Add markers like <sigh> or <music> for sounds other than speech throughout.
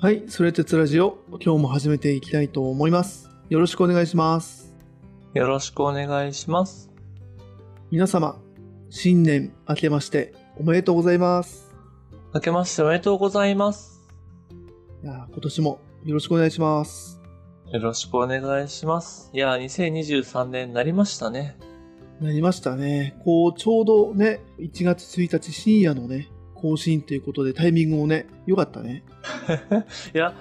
はい、それ鉄ラジオ、今日も始めていきたいと思います。よろしくお願いします。よろしくお願いします。皆様、新年明けましておめでとうございます。明けましておめでとうございます。いやー今年もよろしくお願いします。よろしくお願いします。いやー、2023年になりましたね。なりましたね。こう、ちょうどね、1月1日深夜のね、更新ということでタイミングもね、良かったね。いや、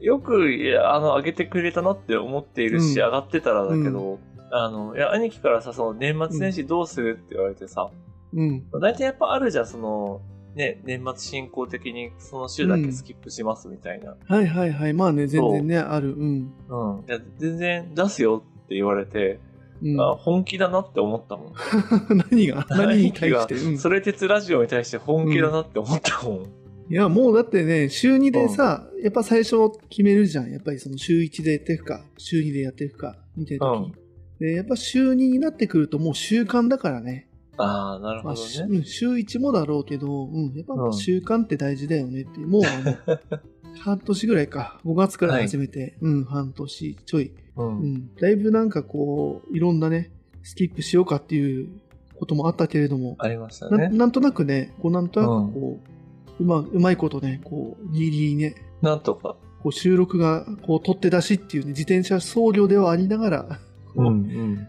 よく、いや、あの、上げてくれたなって思っているし、うん上がってたらだけど、あの、いや、兄貴からさ、その、年末年始どうするって言われてさ、うん。大体やっぱあるじゃん、その、ね、年末進行的にその週だけスキップしますみたいな。はいはいはい。まあね、全然ね、ある。うん。うん。いや、全然出すよって言われて、うん、あ本気だなって思ったもん。 <laughs> 何が何に対して、うん、それ鉄ラジオに対して本気だなって思ったもん。いや、もうだってね、週2でさ、やっぱ最初決めるじゃん。やっぱりその週1でやっていくか、週2でやっていくか、みたいな時、うんで、やっぱ週2になってくるともう習慣だからね。ああ、なるまほあ、どしね。うん週1もだろうけど、うん、やっぱうん習慣って大事だよねって、もうあの、 <laughs> 半年ぐらいか、5月から始めて、うん、半年ちょい。う。うんん、だいぶなんかこう、いろんなね、スキップしようかっていうこともあったけれども、ありましたなね。なんとなくね、こうなんとなくこう、うまうまいことね、こう、ギリギリね、なんとか。こう収録がこう取って出しっていうね、自転車操業ではありながら、こううん。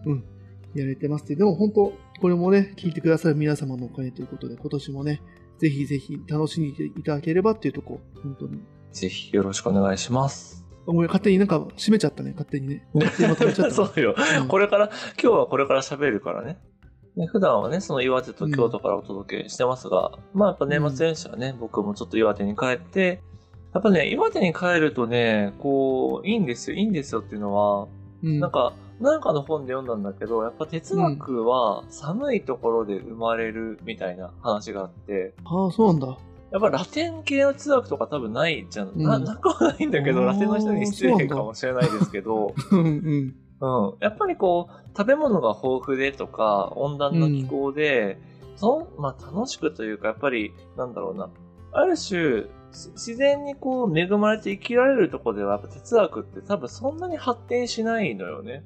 やれてますって、でも本当、これもね、聞いてくださる皆様のおかげということで、今年もね、ぜひぜひ楽しんでいただければっていうとこ、本当に。ぜひよろしくお願いします。あごめん勝手になんか閉めちゃったね、勝手にね。勝手にまとめちゃった <laughs> そうよ。うんこれから、今日はこれから喋るからね。ね普段はね、その岩手と京都からお届けしてますが、まあやっぱ年末年始はね、僕もちょっと岩手に帰って、やっぱね、岩手に帰るとね、こう、いいんですよ、いいんですよっていうのは、うん、なんか、なんかの本で読んだんだけど、やっぱ哲学は寒いところで生まれるみたいな話があって、ああ、そうなんだ。やっぱラテン系の哲学とか多分ないじゃん。んななくはないんだけあど、ーラテンの人に失礼かもしれないですけど、うんうん。うん。やっぱりこう、食べ物が豊富でとか、温暖な気候で、その、まあ楽しくというか、やっぱり、なんだろうな。ある種、し自然にこう恵まれて生きられるところでは、やっぱ哲学って多分そんなに発展しないのよね。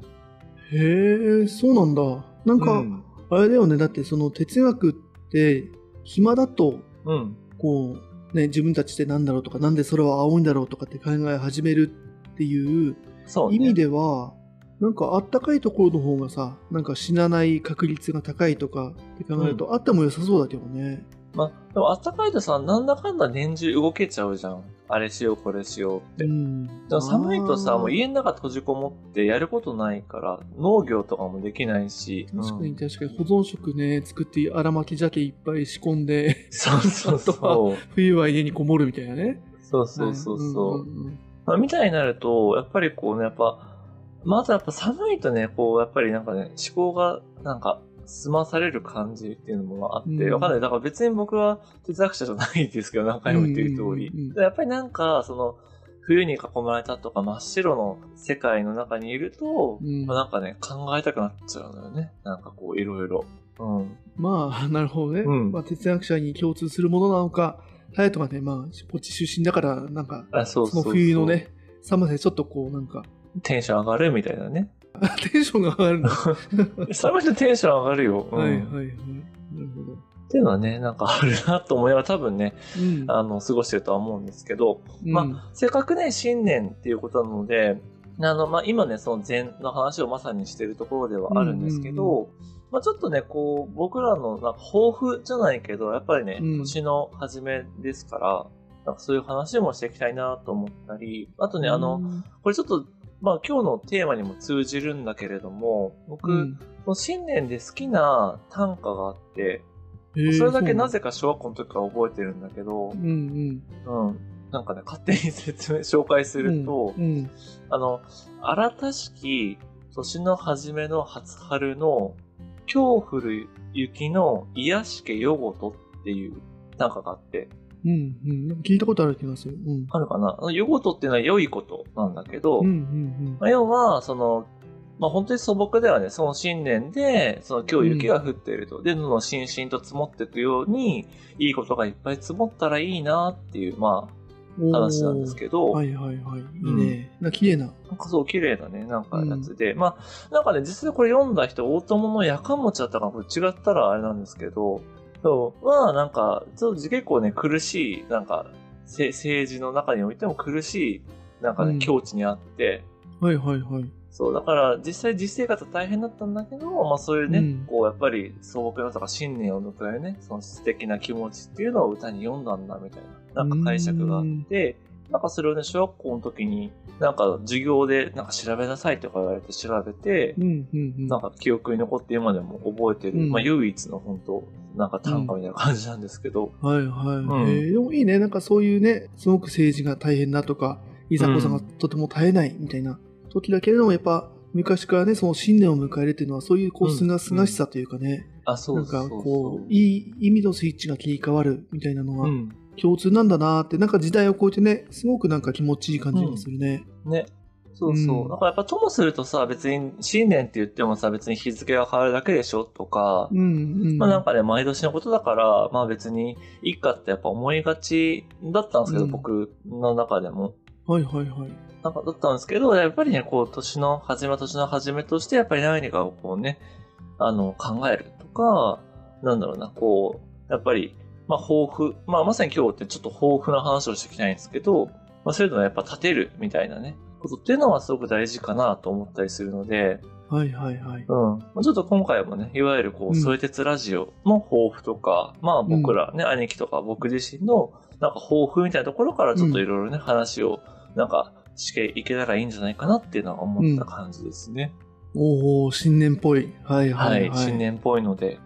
へえ、そうなんだ。なんか、うんあれだよね、だってその哲学って、暇だとうん。こう、ね、自分たちってなんだろうとか、なんでそれは青いんだろうとかって考え始めるっていうそうね。意味では、なんかあったかいところの方がさ、なんか死なない確率が高いとかって考えると、あっても良さそうだけどね。まあ、でも暖かいとさ、なんだかんだ年中動けちゃうじゃん。あれしよう、これしようって。うんでも寒いとあさ、ーもう家の中閉じこもってやることないから、農業とかもできないし。確かうにん確かに保存食ね、作って荒巻き鮭いっぱい仕込んで、 <laughs> そうそうあとそう。冬は家にこもるみたいなね。そうそうそうそう。んんんまあ、みたいになると、やっぱりこうね、やっぱ、まずやっぱ寒いとね、こう、やっぱりなんかね、思考がなんか、済まされる感じっていうのもあって、うんわかんない。だから別に僕は哲学者じゃないですけど、何回も言ってる通り。うんうんうんやっぱりなんか、その、冬に囲まれたとか真っ白の世界の中にいると、うんまあ、なんかね、考えたくなっちゃうのよね。なんかこう、いろいろ。うん。まあ、なるほどね。うんまあ、哲学者に共通するものなのか、隼人がね、まあ、こっち出身だから、なんか、あ、そうそうそう。の冬の。ね、寒さでちょっとこう、なんか、 <laughs> テンション上がるみたいな <laughs> ね。テンションが上がるの。寒いとテンション上がるよ。うん。はいはいはい。なるほど。っていうのはね、なんかあるなと思いながら多分ね、うん。あの、過ごしてるとは思うんですけど、うん、まあ、せっかくね、新年っていうことなので、あの、まあ、今ね、その禅の話をまさにしてるところではあるんですけうんど、まあ、ちょっとね、こう、僕らの、なんか、抱負じゃないけど、やっぱりね、うん年の初めですから、なんかそういう話もしていきたいなと思ったり、あとね、あの、の、これちょっと、まあ、今日のテーマにも通じるんだけれども、僕、うん、その新年で好きな短歌があって、へーそれだけなぜか小学校の時から覚えてるんだけそど、うなんだうん。なんかね、勝手に説明、紹介すうんうん。ると、うんうんあの、新たしき年の初めの初春の、今日降る雪の癒しけ夜ごとっていう短歌があって、うんうん、なんか聞いたことある気がする。うん。あるかなあの夜ごとっていうのは良いことなんだけど、うんうんまあ、要は、その、まあ、本当に素朴ではね、その新年で、その今日雪が降っていると、で、どんどんしんしんと積もっていくように、いいことがいっぱい積もったらいいなっていう、まあ、話なんですけど、はいはいはい。いいね。な綺麗な。なんかそう、綺麗なね、なんかやつで、まあ、なんかね、実際これ読んだ人、大友のやかもちだったかな、これ違ったらあれなんですけど、そう、まあなんか、ちょっと結構ね、苦しい、なんか、せ政治の中においても苦しい、なんかうねん、境地にあって、はいはいはい。そう、だから実際実生活は大変だったんだけど、まあそういうね、うんこうやっぱり素朴なとか信念を抜くね、その素敵な気持ちっていうのを歌に読んだんだみたいな、なんか解釈があって、なんかそれをね、小学校の時に、なんか授業でなんか調べなさいとか言われて調べて、うんうんうん。なんか記憶に残って今でも覚えてる、うんまあ唯一の本当、なんか短歌みたいな感じなんですけど、はいはい、うんえーでもいいね、なんかそういうね、すごく政治が大変だとか、いざこざがとても絶えないみたいな時だけれども、やっぱ昔からね、その信念を迎えるっていうのは、そういうこううんすがすがしさというかね、あ、そうそなうんそかうこう、いい意味のスイッチが切り替わるみたいなのうはん。共通なんだなーって、なんか時代を超えてね、すごくなんか気持ちいい感じがするね。ね。そうそう。うんだからやっぱともするとさ、別に新年って言ってもさ、別に日付が変わるだけでしょとか、うん、うん。まあなんかね、毎年のことだから、まあ別にいいかってやっぱ思いがちだったんですけど、うん僕の中でも。はいはいはい。なんかだったんですけど、やっぱりね、こう年の初め、年の初めとして、やっぱり何かをこうね、あの、考えるとか、なんだろうな、こう、やっぱり、まあ抱負、まあまさに今日ってちょっと抱負の話をしていきたいんですけど、まあそういうのはやっぱ立てるみたいなね、ことっていうのはすごく大事かなと思ったりするので、はいはいはい。うん。まあちょっと今回もね、いわゆるこうんう、添鉄ラジオの抱負とか、まあ僕らね、兄貴とか僕自身の、なんか抱負みたいなところからちょっといろいろね、話を、なんか、していけたらいいんじゃないかなっていうのは思った感じですね。おお新年っぽい。はいは、はいいはい。新。年っぽいので。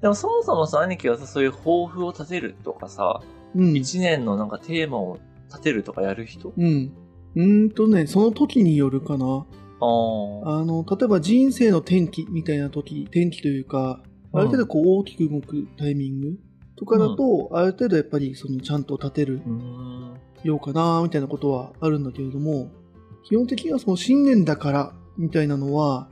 でもそもそもさ、兄貴はさ、そういう抱負を立てるとかさ、うん。一年のなんかテーマを立てるとかやる人うん。うーんとね、その時によるかな。あーあの例えば人生の転機みたいな時転機というかうんある程度こう大きく動くタイミングとかだと、ある程度やっぱりそのちゃんと立てるうーん。ようかなみたいなことはあるんだけれども基本的にはその信念だからみたいなのは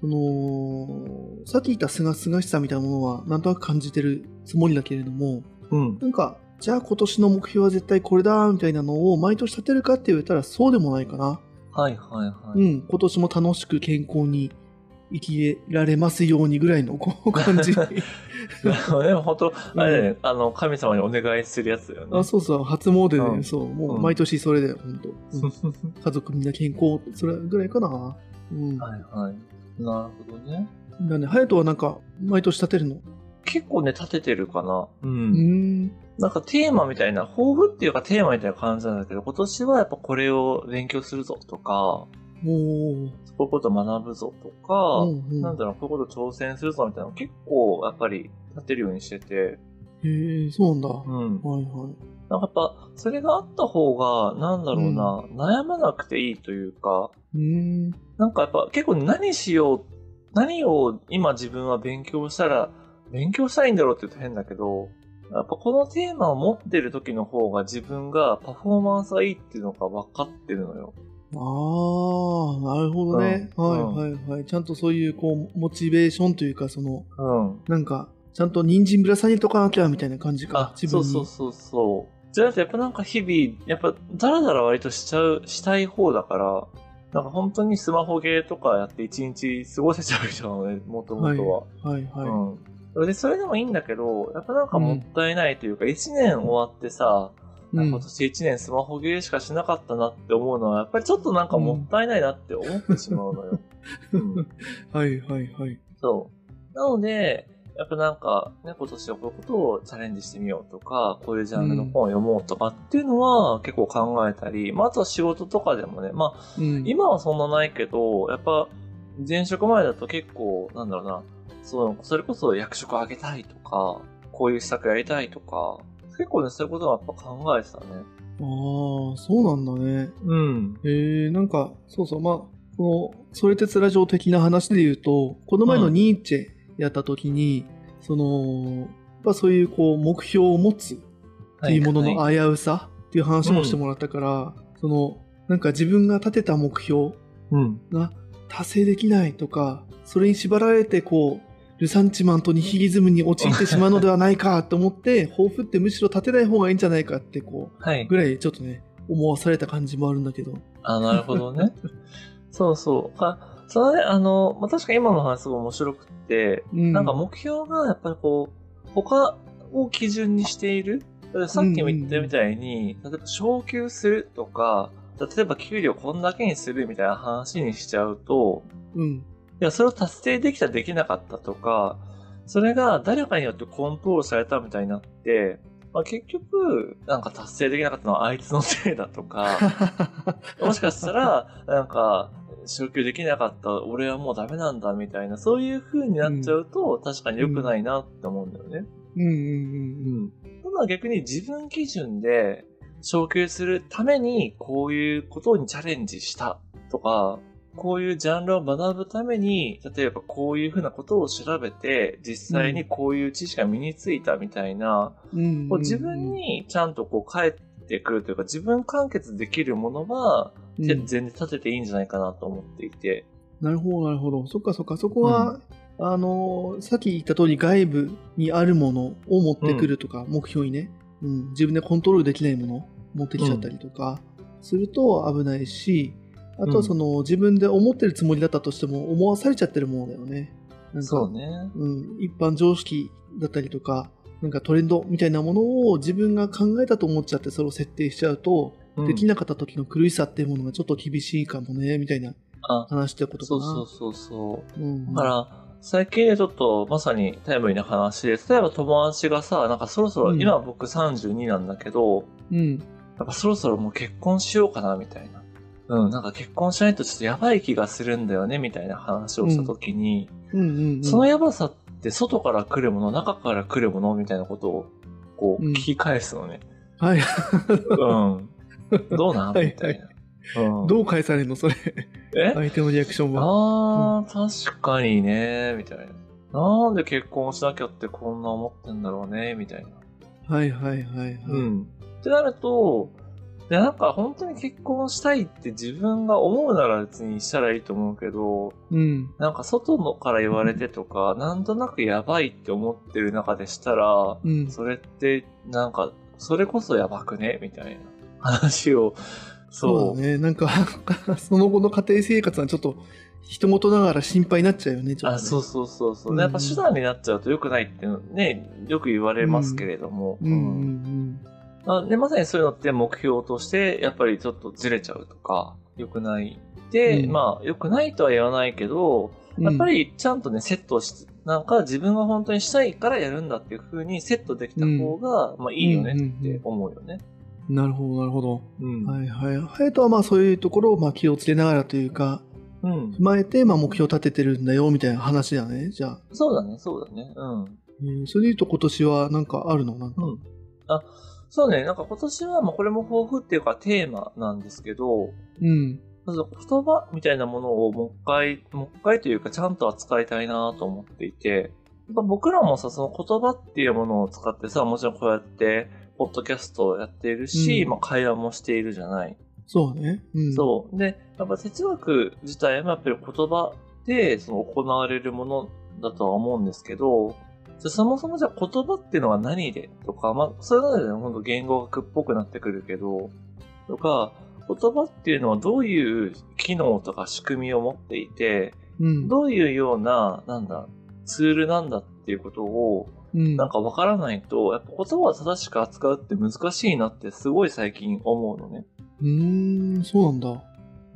そのさっき言ったすがすがしさみたいなものはなんとなく感じてるつもりだけれどもうん。なんかじゃあ今年の目標は絶対これだみたいなのを毎年立てるかって言われたらそうでもないかな。はいはいはい。うん、今年も楽しく健康に生きられますようにぐらいのこう感じ。 <laughs> でも本当、あれだよね、あの、神様にお願いするやつだよ <laughs> ね。あそうそう、初詣で、うんそう、もううん毎年それで、本当、うん <laughs> 家族みんな健康、それぐらいかな。うん。はいはい。なるほどね。だね、隼人はなんか、毎年立てるの。結構ね、立ててるかな。う。うんん。なんかテーマみたいな、抱負っていうかテーマみたいな感じなんだけど、今年はやっぱこれを勉強するぞとか、もこういうことを学ぶぞとう、か、うんうんなんだろう、こういうことを挑戦するぞみたいなの結構やっぱり立てるようにしてて、へえ、そうなんだ。はうん。いはい。なんかやっぱ、それがあった方が、なんだろうな、悩まなくていいというか、うん。なんかやっぱ結構何しよう、何を今自分は勉強したら、勉強したいんだろうって言うと変だけど、やっぱこのテーマを持ってる時の方が自分がパフォーマンスがいいっていうのが分かってるのよ。ああ、なるほどね。うんはいはいはい。ちゃんとそういう、こう、モチベーションというか、その、うん。なんか、ちゃんと人参ぶら下げとかなきゃみたいな感じかあ、、自そ分うに。そうそうそう。じゃなくてやっぱなんか日々、やっぱダラダラ割としちゃう、したい方だから、なんか本当にスマホゲーとかやって一日過ごせちゃう人なのね、もともとは。はいはい。うんそれで、それでもいいんだけど、やっぱなんかもったいないというか、一年終わってさ、う今ん、年一年スマホゲーしかしなかったなって思うのは、やっぱりちょっとなんかもったいないなって思ってしまう <laughs> のよ。うん、はいはいはい。そう。なので、やっぱなんか、ね、今年はこういうことをチャレンジしてみようとか、こういうジャンルの本を読もうとかっていうのは結構考えたり、まあ、あとは仕事とかでもね、まあ、うん、今はそんなないけど、やっぱ、前職前だと結構、なんだろうな、そのそれこそ役職上げたいとか、こういう施策やりたいとか、結構ね、そういうことはやっぱ考えてたね。ああ、そうなんだね。うん。えー、なんか、そうそう、まあ、この、それ鉄ラジオ的な話で言うと、この前のうんニーチェやった時に、その、やっぱそういうこう、目標を持つっていうもののはい、危うさっていう話もしてもらったから、その、なんか自分が立てた目標うん。が達成できないとか、それに縛られてこう、ルサンチマンとニヒリズムに陥ってしまうのではないかと思 <laughs> って、抱負ってむしろ立てない方がいいんじゃないかって、こはい。う、ぐらいちょっとね、思わされた感じもあるんだけど。あ、なるほ <laughs> どね。そうそう。あ、それね、あの、まあ、確かに今の話すごい面白くて、うん。なんか目標がやっぱりこう、他を基準にしている。だからさっきも言ったみたいに、例えば昇給するとか、例えば給料こんだけにするみたいな話にしちゃうと、うん。いや、それを達成できたできなかったとか、それが誰かによってコントロールされたみたいになって、まあ、結局、なんか達成できなかったのはあい <laughs> つのせいだとか、もしかしたら、なんか、昇級できなかった、俺はもうダメなんだ、みたいな、そういう風になっちゃうと、確かに良くないなって思うんだよね。うんうんん。ただ逆に自分基準で、昇級するために、こういうことにチャレンジしたとか、こういうジャンルを学ぶために、例えばこういう風なことを調べて、実際にこういう知識が身についたみたいな、うんうん。こう自分にちゃんとこう返ってくるというか、自分完結できるものは、うん、全然立てていいんじゃないかなと思っていて。なるほど、なるほど。そっかそっか。そこは、あのー、さっき言った通り外部にあるものを持ってくるとか、目標にね、うん、自分でコントロールできないもの持ってきちゃったりとか、すると危ないし、あとうはんその、自分で思ってるつもりだったとしても思わされちゃってるものだよね。なんかそうね。うん、一般常識だったりとか、なんかトレンドみたいなものを自分が考えたと思っちゃってそれを設定しちゃうと、できい。なかった時の苦しさっていうものがちょっと厳しいかもね、みたいなあ、話ってことかそな。うそうそうそうう。ん、だから、最近でちょっとまさにタイムリーな話で、例えば友達がさ、なんかそろそろ、うん今僕32なんだけど、うん、なんかそろそろもう結婚しようかな、みたいな。うん、なんか結婚しないとちょっとやばい気がするんだよね、みたいな話をした時に、うんうんうん、そのやばさって外から来るもの、中から来るもの、みたいなことを、こう、うん聞き返すのね。はい、うん。どうなんはいはいみたいな。うんどう返されるのそれ <laughs> え相手のリアクションはあー、確かにね、みたいな。なんで結婚しなきゃってこんな思ってんだろうね、みたいな。はいはいはいはい、ん。ってなると、でなんか本当に結婚したいって自分が思うなら別にしたらいいと思うけど、うんなんか外のから言われてとか、なんとなくやばいって思ってる中でしたら、うん、それってなんか、それこそやばくねみたいな話を、そうだねなんか <laughs> その後の家庭生活はちょっと人事ながら心配になっちゃうよねちょっとねあそうそうそうそう、うんやっぱ手段になっちゃうと良くないってねよく言われますけれども、うんうんあでまさにそういうのって目標としてやっぱりちょっとずれちゃうとか良くないで、うんまあ良くないとは言わないけどうんやっぱりちゃんとねセットしなんか自分が本当にしたいからやるんだっていう風にセットできた方が、まあいいよねって思うよね。なるほどなるほど、うんはいはい隼人はまあそういうところをまあ気をつけながらというかうん踏まえてまあ目標を立ててるんだよみたいな話だねじゃあ、そうだねそうだねうん。えーそれで言うと今年はなんかあるのなんか、うん。あ、そうね。なんか今年は、まあこれも抱負っていうかテーマなんですけうど、ん、まず言葉みたいなものをもう一回、もう一回というかちゃんと扱いたいなと思っていて、やっぱ僕らもさ、その言葉っていうものを使ってさ、もちろんこうやって、ポッドキャストをやっているし、うんまあ会話もしているじゃない。そうね、うん、そう。で、やっぱ哲学自体もやっぱり言葉でその行われるものだとは思うんですけど、じゃあそもそもじゃあ言葉っていうのは何でとか、まあ、それぞれの本当言語学っぽくなってくるけど、とか、言葉っていうのはどういう機能とか仕組みを持っていて、うん、どういうような、なんだ、ツールなんだっていうことを、うんなんかわからないと、やっぱ言葉を正しく扱うって難しいなってすごい最近思うのね。うーん、そうなんだ。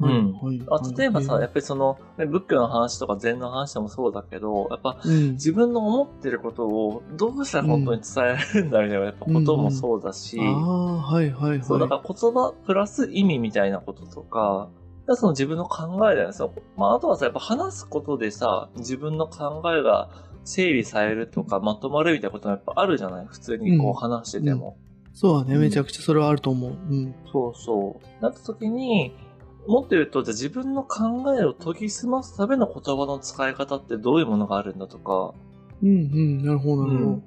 うんはいはいあ例えばさ、はいやっぱりその、ね仏教の話とか禅の話でもそうだけど、やっぱうん、自分の思ってることをどうしたら本当に伝えられるんだみたいな、やっぱこともそうだし、ああ、はいはいはい。そう、だから言葉プラス意味みたいなこととか、その自分の考えだよね。そのまあ、あとはさ、やっぱ話すことでさ、自分の考えが整理されるとか、まとまるみたいなこともやっぱあるじゃない普通にこう話してても。そうだね、うんめちゃくちゃそれはあると思う。うん。そうそう。なった時に、もっと言うと、じゃあ自分の考えを研ぎ澄ますための言葉の使い方ってどういうものがあるんだとか、うんうん、なるほど、なるほど。う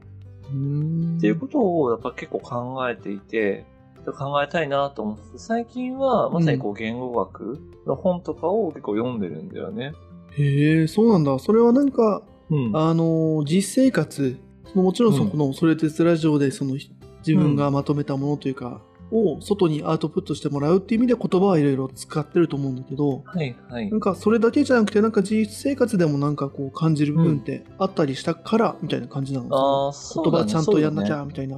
ーん。っていうことをやっぱ結構考えていて、考えたいなと思ってて、最近はまさにこう言語学の本とかを結構読んでるんだよね。へえ、そうなんだ。それはなんか、うん。あの実生活そのもちろんそこの「それ鉄ラジオ」でその自分がまとめたものというか、を外にアウトプットしてもらうっていう意味で言葉はいろいろ使ってると思うんだけどはいはいな。んかそれだけじゃなくてなんか実生活でもなんかこう感じる部分ってあったりしたからみたいな感じなの、ああ、そう言だ葉ねちゃんとやんなきそうだねゃみたいな。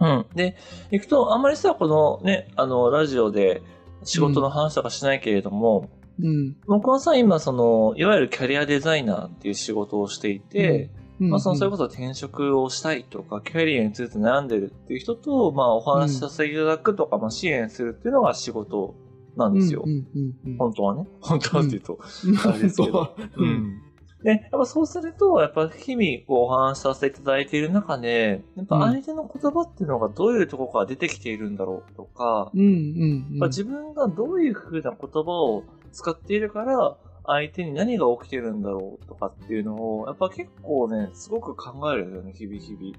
うん。で、行くと、あんまりさ、このね、あの、ラジオで仕事の話とかしないけれども、うん僕はさ、今、その、いわゆるキャリアデザイナーっていう仕事をしていて、うんまあ、その、それここそ転職をしたいとか、キャリアについて悩んでるっていう人と、まあ、お話しさせていただくとか、まあ、支援するっていうのが仕事なんですよ。うんうんうん本当はね。本当はっていうと、うん、あれですけどうんで、やっぱそうすると、やっぱ日々こうお話しさせていただいている中で、やっぱ相手の言葉っていうのがどういうところから出てきているんだろうとか、うんうんうんやっぱ自分がどういう風な言葉を使っているから、相手に何が起きてるんだろうとかっていうのを、やっぱ結構ね、すごく考えるんだよね、日々日々。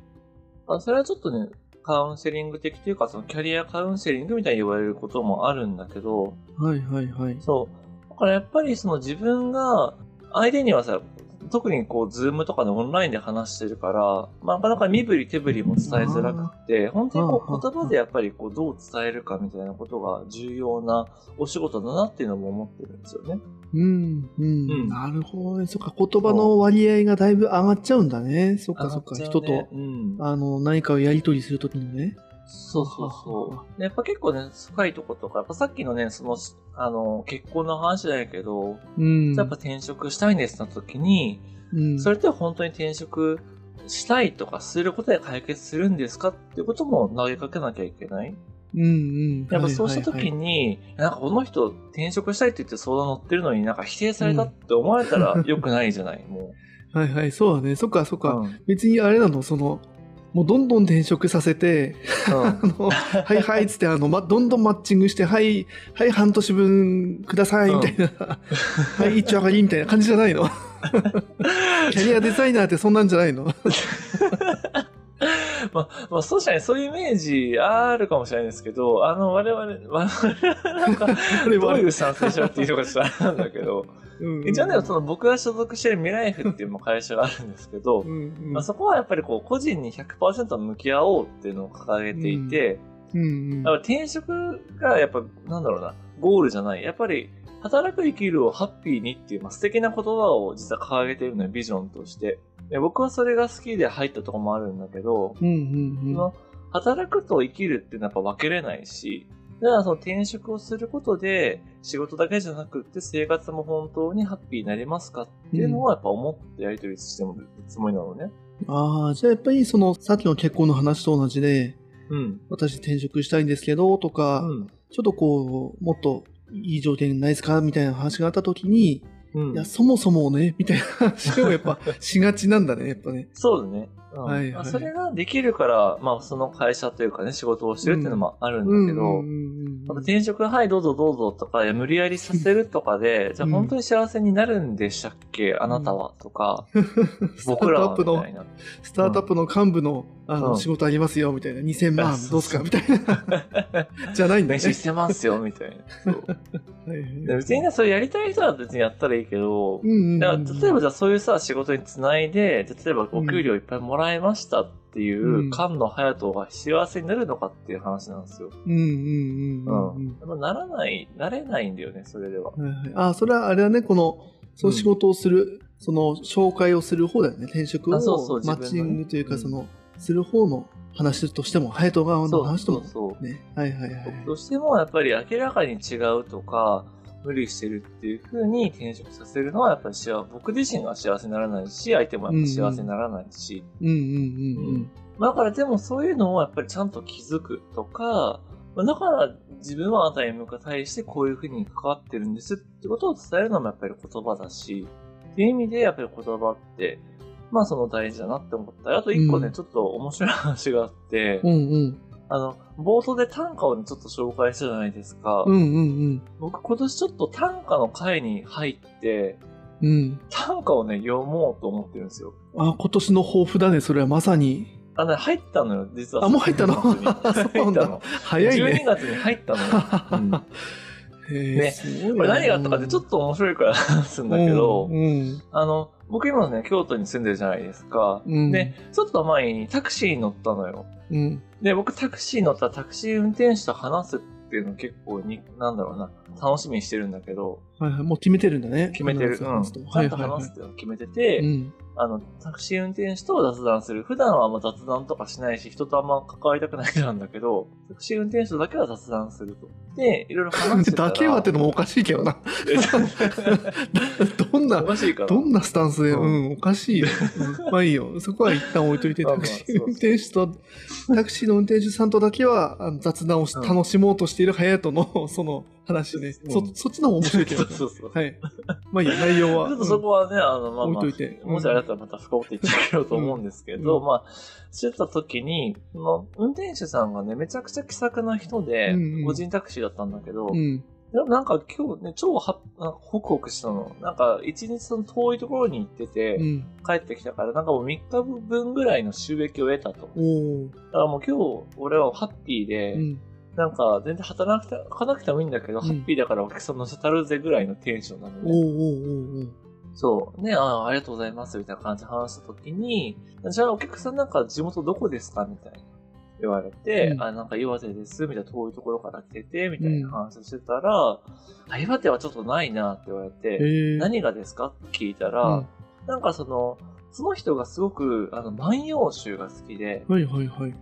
あそれはちょっとね、カウンセリング的というか、そのキャリアカウンセリングみたいに言われることもあるんだけど、はいはいはい。そう。だからやっぱりその自分が、相手にはさ、特にこう、ズームとかでオンラインで話してるから、まあなかなか身振り手振りも伝えづらくって、本当にこうんううん言葉でやっぱりこう、どう伝えるかみたいなことが重要なお仕事だなっていうのも思ってるんですよね。うんうん。んなるほどね。そっか、言葉の割合がだいぶ上がっちゃうんだね。そっかそっか、あ人と、うん。あの、何かをやり取りするときにね。そうそうははそう。でやっぱ結構ね、深いとことか、やっぱさっきのね、その、あの、結婚の話じゃないけど、うん。やっぱ転職したいんですな時に、うん、それって本当に転職したいとかすることで解決するんですかっていうことも投げかけなきゃいけない。うんうん。やっぱそうしたに、時に、なんかこの人転職したいって言って相談乗ってるのになんか否定されたって思われ <laughs> たら良くないじゃない、もはいはい、そうだね。そっかそっう。か、うん別にあれなの、その、もうどんどん転職させて、うんあ <laughs> の、はいはいっつって、あの、ま、どんどんマッチングして、はい、はい半年分ください、みたいな、はい一丁上がり、みたいな感じじゃない <laughs> のキャリアデザイナーってそんなんじゃないのまあ、まあ、そうしたね、そういうイメージあるかもしれないですけど、あの、我々、我々な <laughs> んか、れどういう賛成しようっていうのがちょっとあれなんだけど、うん一応ね、その僕が所属してるミライフっていう会社があるんですけど、うんうんまあ、そこはやっぱりこう個人に100%向き合おうっていうのを掲げていて、うんうんだから転職がやっぱなんだろうなゴールじゃないやっぱり働く生きるをハッピーにっていう、まあ、素敵な言葉を実は掲げているのよビジョンとしてで僕はそれが好きで入ったとこもあるんだけど、うんそうんうんの働くと生きるっていうのはやっぱ分けれないしだからその転職をすることで仕事だけじゃなくって生活も本当にハッピーになりますかっていうのをやっぱ思ってやり取りしてもるつもりなのね。ああ、じゃあやっぱりそのさっきの結婚の話と同じで、うん。私転職したいんですけどとか、うん。ちょっとこう、もっといい条件ないですかみたいな話があった時に、うんいや、そもそもね、みたいな話をやっ <laughs> ぱしがちなんだね、やっぱね。そうだね。うんはいはいまあそれができるから、まあ、その会社というかね、仕事をしてるっていうのもあうるんんだけど、うんうんやっぱうん転職、はい、どうぞどうぞとか、いや無理やりさせるとかで、じゃあうん本当に幸せになるんでしたっけ、あなたはとか、 <laughs> スター僕トらアッはプみのたい、な。スタートアップの幹部のあうのん仕事ありますよ、みたいな。2000あ万、どそううすかそうみたいな。じゃないんだね。飯してますよ、みたいな。そうはいはいで別にね、それやりたい人は別にやったらいいけど、うんうんうんだから例えばじゃあそういうさ、仕事につないで、じゃあ例えばお給料いっぱいもらえましたっていううん菅野隼人が幸せになるのかっていう話なんですよ。うんうんうんうんううんん。やっぱならない、なれないんだよね、それでは。はいはい、あそれはあれだねこのその仕事をする、その紹介をする方だよね転職をあそうそうマ自分ッのねチングというかうんその、する方の話としても隼人側の話とそもうそう。ねはいはいはいどうしてもやっぱり明らかに違うとか、無理してるっていう風に転職させるのはやっぱり幸せ僕自身が幸せにならないし、相手もやっぱ幸せにならないし。うんうんうんうんだからでもそういうのをやっぱりちゃんと気づくとか、まあだから自分はあなたに向か対してこういう風に関わってるんですってことを伝えるのもやっぱり言葉だし、っていう意味でやっぱり言葉って、まあその大事だなって思ったり、あと一個ね、うんちょっと面白い話があって、うんうんあの、冒頭で短歌をね、ちょっと紹介したじゃないですか。うんうん僕今年ちょっと短歌の会に入って、うんうん短歌をね、読もうと思ってるんですよ。あ今年の抱負だねそれはまさにあ、ね、入ったのよ、実は。あもう入ったの本当に <laughs> そうなんだ入ったの早い12ね月に入った <laughs> のよ。うんへえねすごいなこれ何があったかってちょっと面白いから話すんだけど、うんうんあの、僕今ね、京都に住んでるじゃないですか。うん。で、ちょっと前にタクシーに乗ったのよ。うん。で、僕タクシーに乗ったらタクシー運転手と話すっていうの結構に、なんだろうな、楽しみにしてるんだけど、はいはい。もう決めてるんだね。決めてる。うん。ちゃん話すとはいとはいは話いすっていうのを決めてて、うん。あの、タクシー運転手と雑談する。普段はあんま雑談とかしないし、人とあんま関わりたくない人なんだけど、タクシー運転手とだけは雑談すると。で、いろいろ話してたら。 <laughs> だけはってのもおかしいけどな。 <laughs> どんなお、かしいから。どんなスタンスで、ううんん、おかしい <laughs> よ。うんまあいいよ。そこは一旦置いといて、まあタまあクシー運転手と、タクシーの運転手さんとだけはあの雑談をしうん楽しもうとしている隼人の <laughs> その話ね。うんそ、そっちの方が面白いけそどう。そうそう。はい。まあいいよ、内容は。ちょっとそこはね、あの、まあ、うんまあ置いといて。もしあれだったらまた深掘っていってみようと思うんですけど、うんまあ、してた時に、その運転手さんがね、めちゃくちゃ気さくな人で、うんうん個人タクシーだったんだけど、うん。うん。でもなんか今日ね、超はなんかホクホクしたの。なんか一日その遠いところに行ってて、うん。帰ってきたから、なんかもう3日分ぐらいの収益を得たと。おーだからもう今日、俺はハッピーで、うん。なんか全然働かなくてかなくてもいいんだけど、うんハッピーだからお客さん乗せたるぜぐらいのテンションなのおーおーね。おーおーそう。ね、ああ、ありがとうございます、みたいな感じで話した時に、じゃあお客さんなんか地元どこですかみたいな。言われて、うんあ、なんか岩手です、みたいな遠いところから来てて、みたいな話してたら、あ、岩手はちょっとないなって言われて、へえ。何がですかって聞いたら、うんなんかその、その人がすごく、あの、万葉集が好きで、はいはいはい。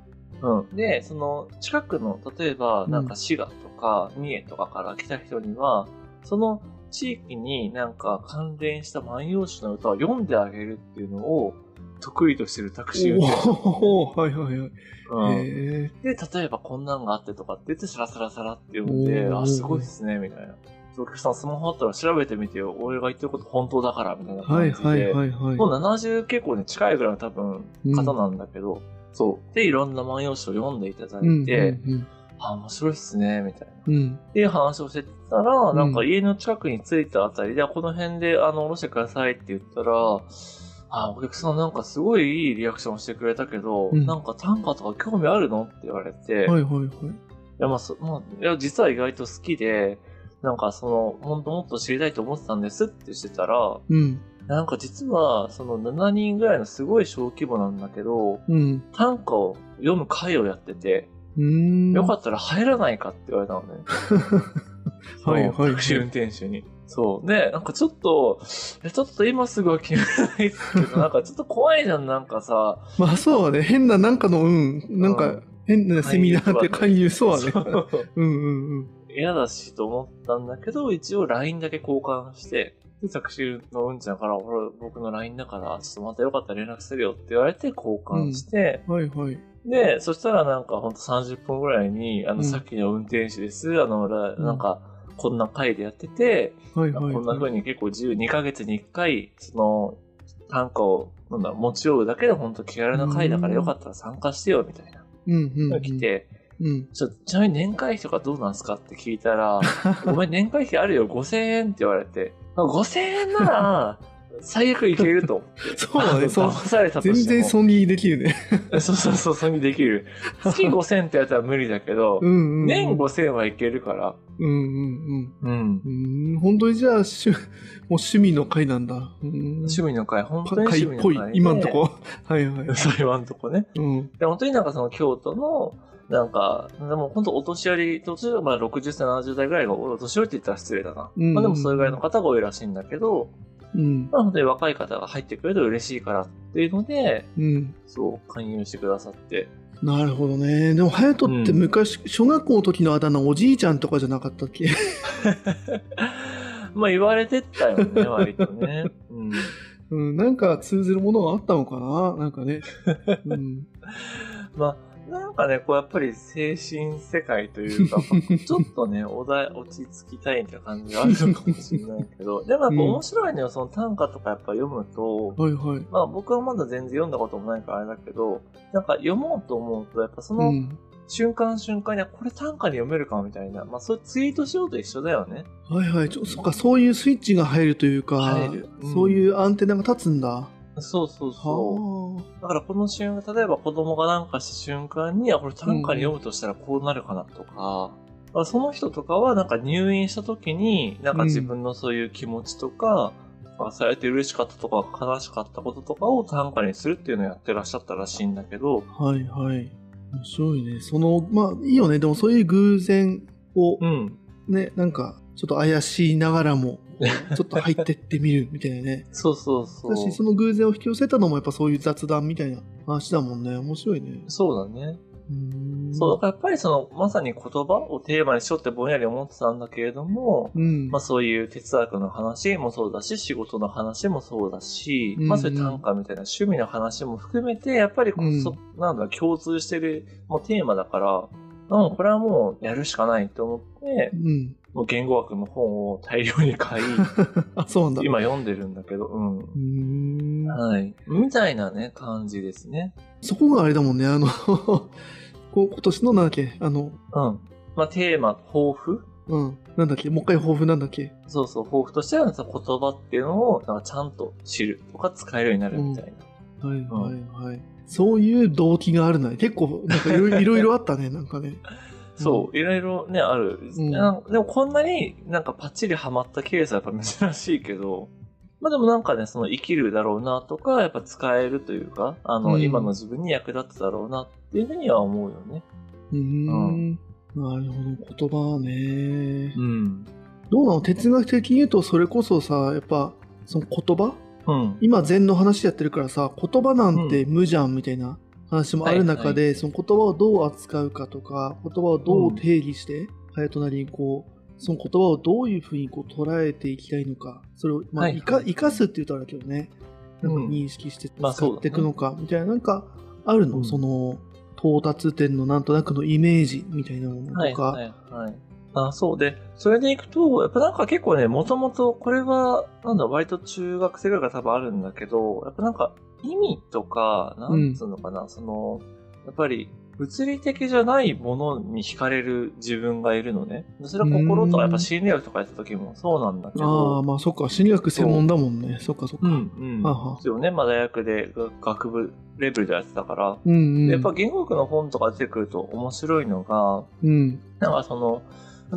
うん。で、その、近くの、例えば、うんなんか滋賀とか、三重とかから来た人には、その地域になんか関連した万葉集の歌を読んであげるっていうのを、得意としてるタクシー運転手おおはいはいはい。うんへえ。で、例えばこんなんがあってとかって言って、サラサラサラって読んで、おーあ、すごいっすね、みたいな。お客さん、スマホあったら調べてみてよ。俺が言ってること本当だから、みたいなは感いじで。はいはいはい。もう70結構ね、近いぐらいの多分、方なんだけど、そう。で、いろんな万葉集を読んでいただいて、うん。うん。あ、面白いっすね、みたいな。うんうん。っていう話をしてたら、うんなんか家の近くに着いたあたりで、あこの辺で、あの、おろしてくださいって言ったら、あ、お客さんなんかすごいいいリアクションしてくれたけど、うんなんか短歌とか興味あるのって言われて、はいはいいはい。や、まあ、そまあ、いや、実は意外と好きで、なんかその、ほんともっと知りたいと思ってたんですってしてたら、うん。なんか実は、その7人ぐらいのすごい小規模なんだけど、うん。短歌を読む会をやってて、うーん。よかったら入らないかって言われたのね。そうはいはいタクシー運転手に。そう。で、なんかちょっと、えちょっと今すぐは決めないですけ <laughs> ど、なんかちょっと怖いじゃん、なんかさ。まあそうはね、変ななんかの、うん、なんうかん、変なセミナーって勧誘そうはね。そううんうんうん。嫌だしと思ったんだけど、一応 LINE だけ交換して、で、タクシーのうんちゃんから、俺、僕の LINE だから、ちょっとまたよかったら連絡するよって言われて交換して、はいはい。で、そしたらなんかほんと30分ぐらいに、あの、うんさっきの運転手です、あの、らうんなんか、こんな回でやってて、はいこはい。んな風に結構自由2ヶ月に1回、その、短歌を、なんだろう、持ち寄るだけでほんと気軽な回だからうんよかったら参加してよ、みたいな。うんうんうん。来て、うん。ちょ、ちなみに年会費とかどうなんすかって聞い <laughs> たら、ごめん、年会費あるよ、5000円って言われて、あ5000円なら、最悪いけると思っ <laughs> て。そうだね、そう騙。されたとして全も。然損切りできるね。 <laughs> そうそうそう、それにできる。月5000ってやったら無理だけどう、んうん。年5000はいけるから。うんうんうん。うんう。ーん、本当にじゃあ、しゅもう趣味の会なんだ。うーん趣味の会、本当かに会趣っ味のぽ会いで。、今んと。こ。はいはい。 <laughs> そう、今んとこね。うん。で、本当になんかその京都の、なんか、でも本当お年寄り、途中、まあ60歳、70代ぐらいが、お年寄りって言ったら失礼だな。うんまあでもそれぐらいの方が多いらしいんだけど、うん。まあ本当に若い方が入ってくれると嬉しいからっていうので、うん。そう、勧誘してくださって。 <laughs> なるほどね。でも、隼人ってうん昔、小学校の時のあだ名、おじいちゃんとかじゃなかったっけまあ言われてったよ <laughs> ね、割とね。うん。うん、なんか通ずるものがあったのかななん <laughs> かね。うん。まあ、なんかね、こうやっぱり精神世界という <laughs> か、ちょっとね、おだ落ち着きたいみたいな感じがあるのかもしれないけど、でもやっぱ面白いのよ、その短歌とかやっぱ読むと、はいはい。まあ僕はまだ全然読んだこともないからあれだけど、なんか読もうと思うと、やっぱそうのん。瞬間瞬間に、あこれ短歌に読めるかもみたいな、まあそういうツイートしようと一緒だよね。はいはい。ちょそっか、そういうスイッチが入るというか、入るうんそういうアンテナが立つんだ。はそうそうそう。あ。だからこの瞬間、例えば子供がなんかした瞬間に、あ、これ短歌に読むとしたらこうなるかなとか、まあその人とかはなんか入院した時に、なんか自分のそういう気持ちとか、かされて嬉しかったとか悲しかったこととかを短歌にするっていうのをやってらっしゃったらしいんだけど、はいはい。面白いね。その、まあいいよね。でもそういう偶然をうん。ね、なんかちょっと怪しいながら <laughs> も、ちょっと入ってってみるみたいなね。そうそうそ。だし、そうの偶然を引き寄せたのもやっぱそういう雑談みたいな話だもんね。面白いね。そうだね。うーんそう、だからやっぱりその、まさに言葉をテーマにしようってぼんやり思ってたんだけれども、うん。まあそういう哲学の話もそうだし、仕事の話もそうだし、うんまあそういう短歌みたいな趣味の話も含めて、やっぱりこうんそ、なんだ、共通してるもうテーマだから、うん、これはもうやるしかないと思ってう、ん。もう言語学の本を大量に買い、あ、そうなんだ。今読んでるんだけど、ううーんん。はい。みたいなね、感じですね。そこがあれだもんね。あの、 <laughs> こう今年のなんだっけあの、うん。まあテーマ、抱負うん。なんだっけもう一回抱負なんだっけそうそう、抱負としてはさ、言葉っていうのを、なんかちゃんと知るとか使えるようになるみたいな。はいはいはい。そういう動機があるな。結構、なんかいろいろいろいろあったね、なんかね。そう、いろいろね、ある、うんなでもこんなになんかパッチリハマったケースはやっぱ珍しいけど、まあでもなんかね、その生きるだろうなとか、やっぱ使えるというか、あの、うん今の自分に役立つだろうなっていうふうには思うよね。うーん。んなるほど、言葉ね。ん。どうなの哲学的に言うと、それこそさ、やっぱ、その言葉うん。今、禅の話やってるからさ、言葉なんて無じゃんみたいな話もある中で、その言葉をどう扱うかとか、言葉をどう定義して、隼人なりにこう、その言葉をどういうふうにこう捉えていきたいのか、それを、まあ、はい生か生かすって言ったらだけどね、なんかうん認識してまあ使っていくのか、みたいな、なんかあるの、うんその、到達点のなんとなくのイメージみたいなものとか、はい、はい、はい。あそうで、それでいくと、やっぱなんか結構ね、もともとこれは、なんだ、割と中学生ぐらいが多分あるんだけど、やっぱなんか意味とか、なんつうのかな、その、やっぱり物理的じゃないものに惹かれる自分がいるのね。それは心とうんか、やっぱ心理学とかやった時もそうなんだけああ、ど、まあそっか、心理学専門だもんね、そっかそっか。うん、うん。ははですよね、まあ大学で学部レベルでやってたから、うんうん。でやっぱ言語学の本とか出てくると面白いのが、うん。なんかその、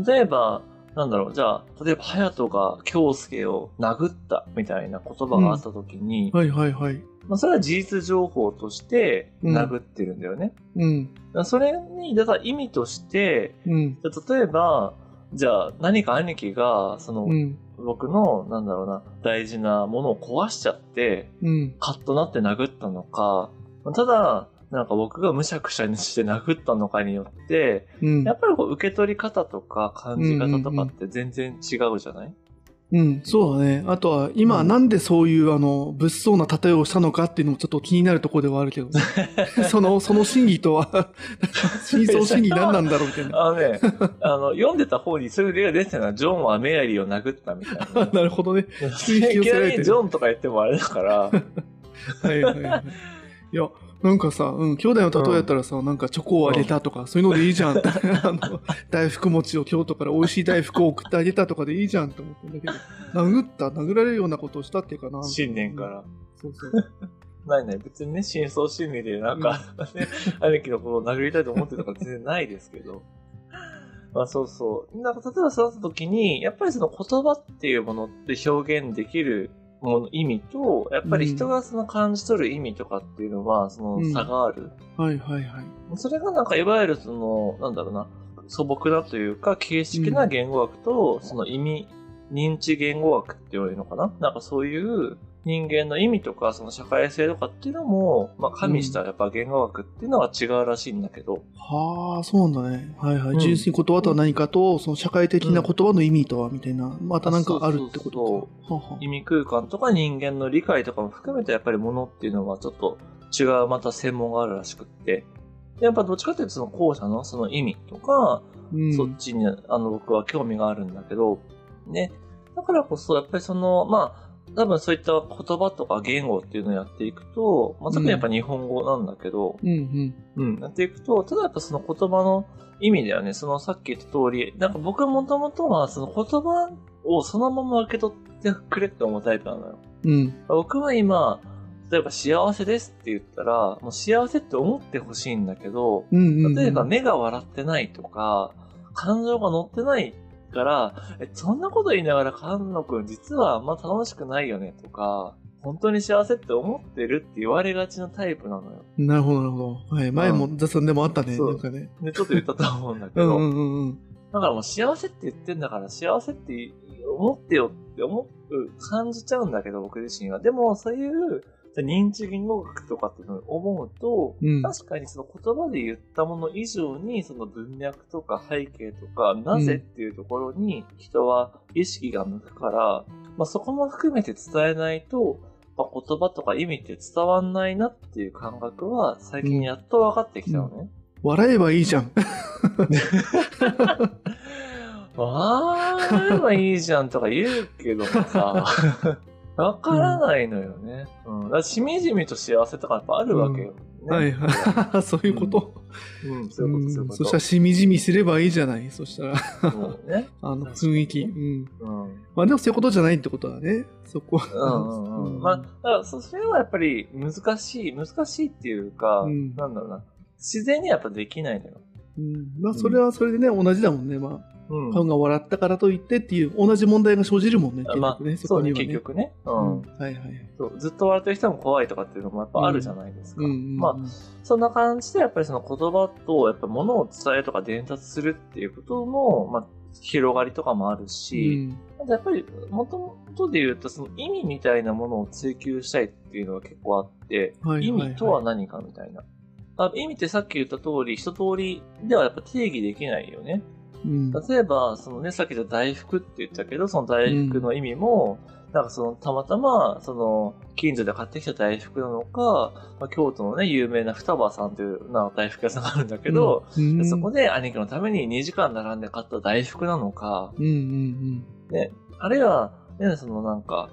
例えば、なんだろう、じゃあ、例えば、隼人が京介を殴ったみたいな言葉があったときに、はいはいはい。まあ、それは事実情報としてうん殴ってるんだよね。うん。それに、だから意味として、うん。じゃあ例えば、じゃあ何か兄貴が、その、うん。僕の、なんだろうな、大事なものを壊しちゃって、うん。カッとなって殴ったのか、ただ、なんか僕がむしゃくしゃにして殴ったのかによって、うんやっぱりこう受け取り方とか感じ方とかって全然違うじゃない、うん、そうだね。あとは、今、うんなんでそういう、あの、物騒な例えをしたのかっていうのもちょっと気になるところではあるけ <laughs> ど、その、その真偽とは、真相真偽何なんだろうみたい <laughs> な。あのね、あの、読んでた方にそういう例が出てたのは、ジョンはメアリーを殴ったみた <laughs> いな。なるほどね。い引き寄きせなられ <laughs> てるりジョンとか言ってもあれだから、はいはいはい。いや、なんかさ、うん、兄弟の例えやったらさ、なんかチョコをあげたとか、そういうのでいいじゃん。あ <laughs> の、大福餅を京都から美味しい大福を送ってあげたとかでいいじゃんと思ったんだけど、殴った、殴られるようなことをしたっていうかな。新年から。そうそう。ないない、別にね、真相心理でなんか、ね、兄貴のことを殴りたいと思ってたから全然ないですけど。まあそうそう。なんか例えばそうなった時に、やっぱりその言葉っていうものって表現できるもの意味と、やっぱり人がその感じ取る意味とかっていうのは、その差がある。はいはいはい。それがなんかいわゆるその、なんだろうな、素朴なというか、形式な言語学と、その意味、認知言語学って言われるのかななんかそういう人間の意味とか、その社会性とかっていうのも、まあ加味したやっぱ言語学っていうのは違うらしいんだけど、はあ、そうなんだね。はいはい。うん純粋に言葉とは何かと、その社会的な言葉の意味とは、みたいな、またなんかあるってこそとうか。はあは意味空間とか人間の理解とかも含めてやっぱりものっていうのはちょっと違うまた専門があるらしくって、でやっぱどっちかっていうとその後者のその意味とか、うんそっちにあの僕は興味があるんだけど、ね。だからこそ、やっぱりその、まあ、多分そういった言葉とか言語っていうのをやっていくと、まあ、特にやっぱ日本語なんだけど、うんうん。うん、やっていくと、ただやっぱその言葉の意味だよね。そのさっき言った通り、なんか僕はもともとはその言葉をそのまま受け取ってくれって思うタイプなのよ。うん。僕は今、例えば幸せですって言ったら、もう幸せって思ってほしいんだけど、うんうんうん。例えば目が笑ってないとか、感情が乗ってないから、え、そんなこと言いながら、菅野くん実はあんま楽しくないよねとか、本当に幸せって思ってるって言われがちなタイプなのよ。なるほど、なるほど。はい、前もう雑談でもあったね、そうなんかね。で、ちょっと言ったと思うんだけうんど、うんうんうん。だからもう幸せって言ってんだから、幸せって思ってよって思う、感じちゃうんだけど、僕自身は。でも、そういう、認知言語学とかっていうのを思うと、うん確かにその言葉で言ったもの以上に、その文脈とか背景とか、なぜっていうところに人は意識が向くから、まあ、そこも含めて伝えないと、まあ、言葉とか意味って伝わんないなっていう感覚は最近やっと分かってきたのね。笑えばいいじゃん。ああ、やればいいじゃんとか言うけど <laughs> もさ、わからないのよね。うん。だからしみじみと幸せとかやっぱあるわけよ、ねはいはい。そういうこと。うん、そういううこと、んそういうこと。そしたらしみじみすればいいじゃない。そしたら、そうね。あの確かに雰囲気。うん。うん。まあでもそういうことじゃないってことだね。そこは。うんうんうん、まあ、だからそそれはやっぱり難しい、難しいっていうか、うんなんだろうな。自然にはやっぱできないのよ。うんまあそれはそれでね、同じだもんね。まあ、うん。ファンが笑ったからといってっていう、同じ問題が生じるもんね。結まあ局、ね、そそこうね、には結ね。局ね、ううんんはいはい。そう。ずっと笑ってる人も怖いとかっていうのもやっぱあるじゃないですか。うんうんまあ、そんな感じで、やっぱりその言葉と、やっぱ物を伝えるとか伝達するっていうことも、まあ、広がりとかもあるし、あとやっぱり、もともとで言うと、その意味みたいなものを追求したいっていうのが結構あって、はいはいはい意味とは何かみたいな。あ意味ってさっき言った通り、一通りではやっぱ定義できないよね。うん、例えば、そのね、さっき言った大福って言ったけど、その大福の意味も、なんかその、たまたま、その、近所で買ってきた大福なのか、まあ、京都のね、有名な双葉さんという、なんか大福屋さんがあるんだけど、うん、そこで兄貴のために2時間並んで買った大福なのか、うんうんあるいは、ね、そのなんか、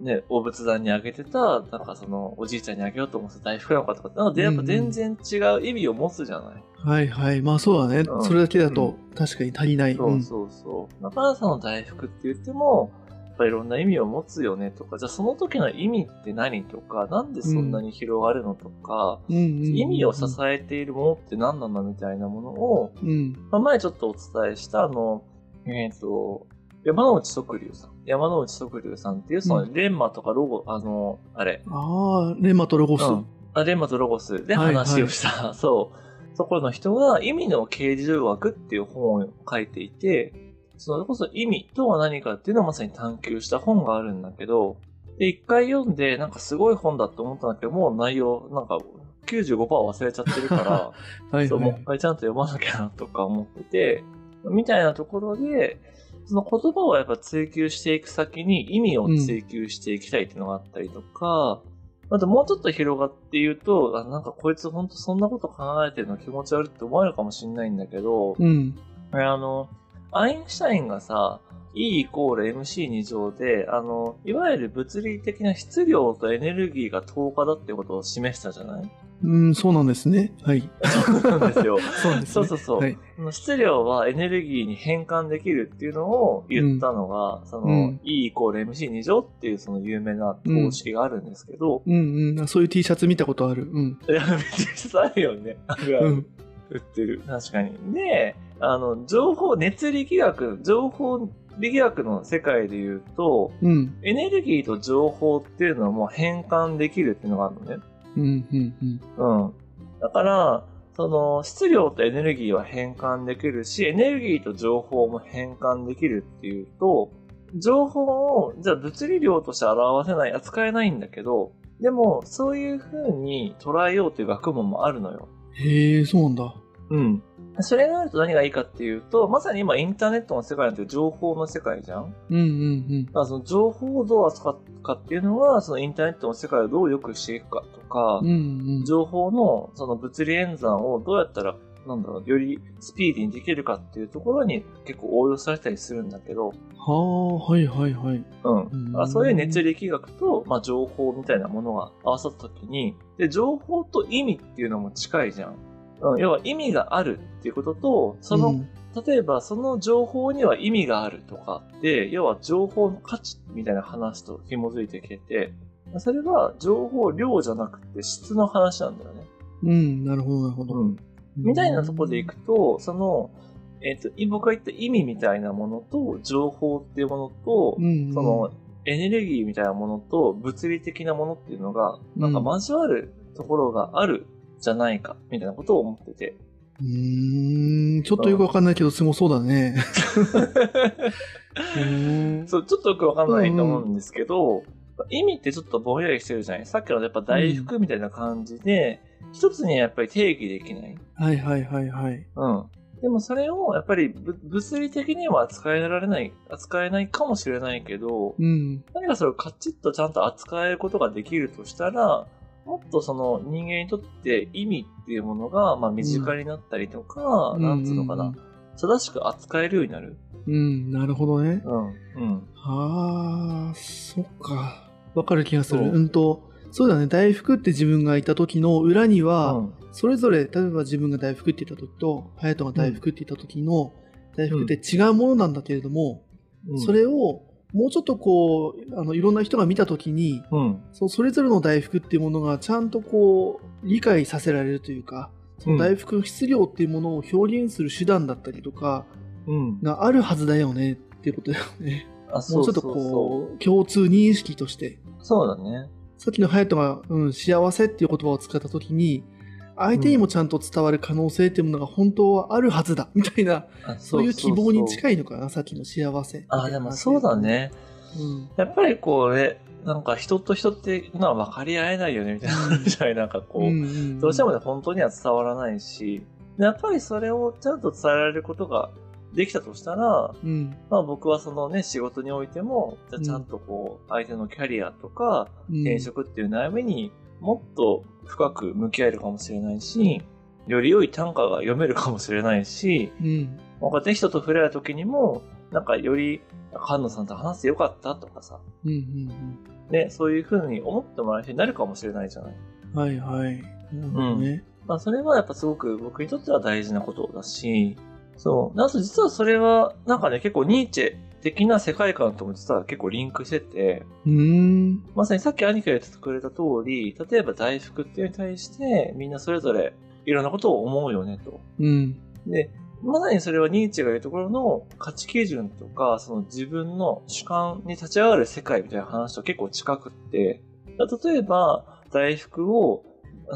ね、お仏壇にあげてた、なんかその、おじいちゃんにあげようと思ってた大福なのかとかって、なんかでやっぱ全然違う意味を持つじゃない。うん。はいはい。まあそうだね。うんそれだけだと確かに足りない。そうそうそう。中原さんの大福って言っても、やっぱいろんな意味を持つよねとか、じゃあその時の意味って何とか、なんでそんなに広がるのとか、うんうんうんうん、意味を支えているものって何なのみたいなものを、うん。まあ、前ちょっとお伝えした、あの、えっ、と、山之内測龍さん。山之内測龍さんっていう、その、レンマとかロゴ、あの、あれ、ああ、レマとロゴス。うんあレンマとロゴスではいはい話をした、 <laughs> そう、ところの人が、意味の形状学っていう本を書いていて、それこそ意味とは何かっていうのをまさに探求した本があるんだけど、で、一回読んで、なんかすごい本だって思ったんだけど、もう内容、なんか95%忘れちゃって <laughs> るから、はいそう、はもう一い。回ちゃんと読まなきゃなとか思ってて、みたいなところで、その言葉をやっぱ追求していく先に意味を追求していきたいっていうのがあったりとか、あともうちょっと広がって言うと、あなんかこいつほんとそんなこと考えてるの気持ち悪いって思われるかもしんないんだけど、うん。あの、アインシュタインがさ、E イコール MC2 乗で、あの、いわゆる物理的な質量とエネルギーが等価だってことを示したじゃ <laughs> ないうん、そうなんですね。はい。そうなんですよ。そうなんですね。そうそうそう。はい。その質量はエネルギーに変換できるっていうのを言ったのが、その、うん E イコール MC2 乗っていうその有名な公式があるんですけど、うんうん。そういう T シャツ見たことある。うん。 <laughs> いや、めちゃくちゃあるよね。あるあうる。ん。売ってる。確かに。で、あの、情報、熱力学、情報力学の世界で言うと、うん。エネルギーと情報っていうのはもう変換できるっていうのがあるのね。うん。うん。うん。うん。だから、その、質量とエネルギーは変換できるし、エネルギーと情報も変換できるっていうと、情報を、じゃあ物理量として表せない、扱えないんだけど、でも、そういう風に捉えようという学問もあるのよ。へえ、そうなんだ。うん。それがあると何がいいかっていうと、まさに今インターネットの世界なんて情報の世界じゃんうんうんだからその情報をどう扱うかっていうのは、そのインターネットの世界をどう良くしていくかとか、うん。うんうん。情報のその物理演算をどうやったら、なんだろう、よりスピーディーにできるかっていうところに結構応用されたりするんだけど、はあ、はいはいはい。ううん。んあそういう熱力学と、まあ、情報みたいなものが合わさった時に、で、情報と意味っていうのも近いじゃん。うん、要は意味があるっていうことと、その、うん例えばその情報には意味があるとかって、要は情報の価値みたいな話と紐づいてきてて、それは情報量じゃなくて質の話なんだよね。うん。なるほど、なるほど。みたいなところでいくと、その、えっ、と、い僕が言った意味みたいなものと、情報っていうものと、うんうんその、エネルギーみたいなものと、物理的なものっていうのが、なんか交わるところがあるじゃないか、みたいなことを思ってて。うーん、ちょっとよくわかんないけど、すごそうだ <laughs> ね。うんそう、ちょっとよくわかんないと思うんですけど、意味ってちょっとぼんやりしてるじゃないさっきのやっぱ大福みたいな感じで、一つにはやっぱり定義できない。はいはいはいはい。うん。でもそれをやっぱりぶ物理的には扱えられない、扱えないかもしれないけど、うん。何かそれをカチッとちゃんと扱えることができるとしたら、もっとその人間にとって意味っていうものが、まあ身近になったりとか、なんつうのかな、正しく扱えるようになる。うん。うん、なるほどね。うん。うん。ああ、そっか。わかる気がする。そううんと、そうだね。大福って自分がいた時の裏にうは、んそれぞれ、例えば自分が大福って言った時と、隼人が大福って言った時の、大福って違うものなんだけれども、うんそれを、もうちょっとこう、あの、いろんな人が見た時に、うん。そうそれぞれの大福っていうものがちゃんとこう理解させられるというかその大福の質量っていうものを表現する手段だったりとかうん。があるはずだよねっていうことだよね。あ、もそううちょそっうとそう。こう共通認識としてそうだね。さっきの隼人が、うん「幸せ」っていう言葉を使った時に相手にもちゃんと伝わる可能性っていうものが本当はあるはずだみたいなあそういう希望にい。近いのかなさっきの「幸せ」あ、でもそうだ、ね。うん、やっぱりこうね、なんか人と人って、まあ分かり合えないよね、みたいな、うん <laughs> みたいな、なんかこう、んんどうしてもね、本当には伝わらないし、でやっぱりそれをちゃんと伝えられることができたとしたら、うんまあ僕はそのね、仕事においても、じゃあうんちゃんとこう、相手のキャリアとか、うん転職っていう悩みにもっと深く向き合えるかもしれないし、より良い短歌が読めるかもしれないし、うんまあこうやって人と触れ合う時にも、なんかより、菅野さんと話してよかったとかさ、うんうんね、そういうふうに思ってもらえる人になるかもしれないじゃない。うんはいはいなるほどね、まあ、それはやっぱすごく僕にとっては大事なことだし、そう。なんと実はそれは、なんかね、結構ニーチェ的な世界観とも実は結構リンクしてて、うーん。まさにさっき兄貴が言ってくれた通り、例えば大福っていうのに対して、みんなそれぞれいろんなことを思うよねと。うん。で、まさにそれはニーチェが言うところの価値基準とか、その自分の主観に立ち上がる世界みたいな話と結構近くって、例えば大福を、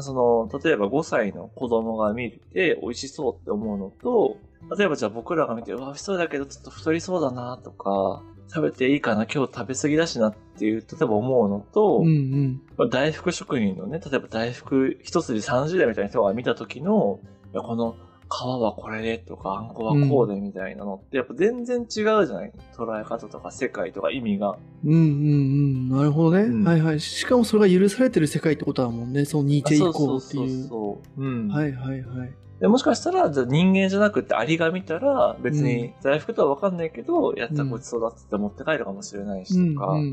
その、例えば5歳の子供が見て美味しそうって思うのと、例えばじゃあ僕らが見て、うわ、美味しそうだけどちょっと太りそうだなとか、食べていいかな、今日食べ過ぎだしなっていう、例えば思うのとうんう、ん。まあ大福職人のね、例えば大福一筋30代みたいな人が見た時の、いやこの皮はこれでとか、あんこはこうでみたいなのって、やっぱ全然違うじゃない捉え方とか世界とか意味が。うんうんうん。なるほどね、うんはいはい。しかもそれが許されてる世界ってことだもんね。そのニーチェ以降っていう。そう。うん。はいはいはい。でもしかしたら、じゃあ人間じゃなくてアリが見たら、別に大福とは分かんないけど、やったごちそうだっつって持って帰るかもしれないうんしうんとうか。んうんうん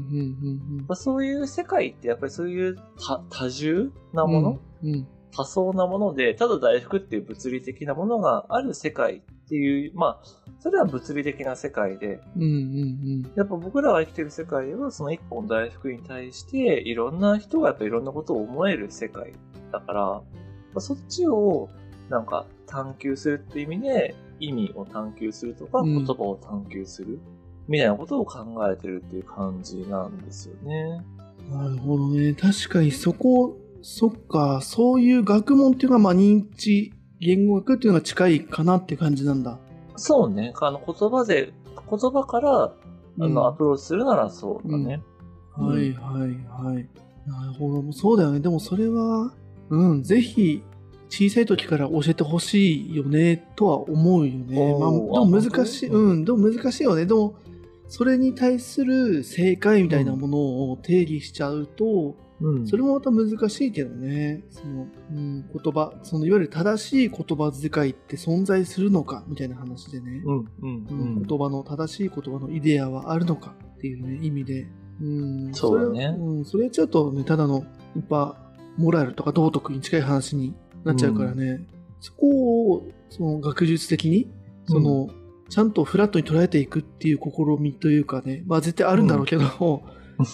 まあ、そういう世界ってやっぱりそういう多多重なもの、うんうん多層なもので、ただ大福っていう物理的なものがある世界っていう、まあ、それは物理的な世界で、うんうんやっぱ僕らが生きてる世界は、その一個の大福に対して、いろんな人がやっぱいろんなことを思える世界だから、まあそっちを、なんか、探求するっていう意味で、意味を探求するとか、うん言葉を探求する、みたいなことを考えてるっていう感じなんですよね。うん。なるほどね。確かにそこ、そっか、そういう学問っていうのは、まあ、認知言語学っていうのが近いかなって感じなんだ。そうね。あの、言葉で、言葉から、あの、アプローチするならそうだね。うん、はいはいはい。なるほど。そうだよね。でもそれは、うん、ぜひ、小さい時から教えてほしいよね、とは思うよね。おーまあ、でも難しい、あ本当うん、でも難しいよね。でも、それに対する正解みたいなものを定義しちゃうと、うんそれもまた難しいけどね。その、うん、言葉、その、いわゆる正しい言葉遣いって存在するのか、みたいな話でね。うん、うん、ううん <laughs> ん。言葉の正しい言葉のイデアはあるのかっていう、ね、意味で、うん、そうだねそれ,、うん、それやっちゃうと、ね、ただのやっぱモラルとか道徳に近い話になっちゃうからね、そこをその学術的にその、ちゃんとフラットに捉えていくっていう試みというかね、まあ絶対あるんだろうけど、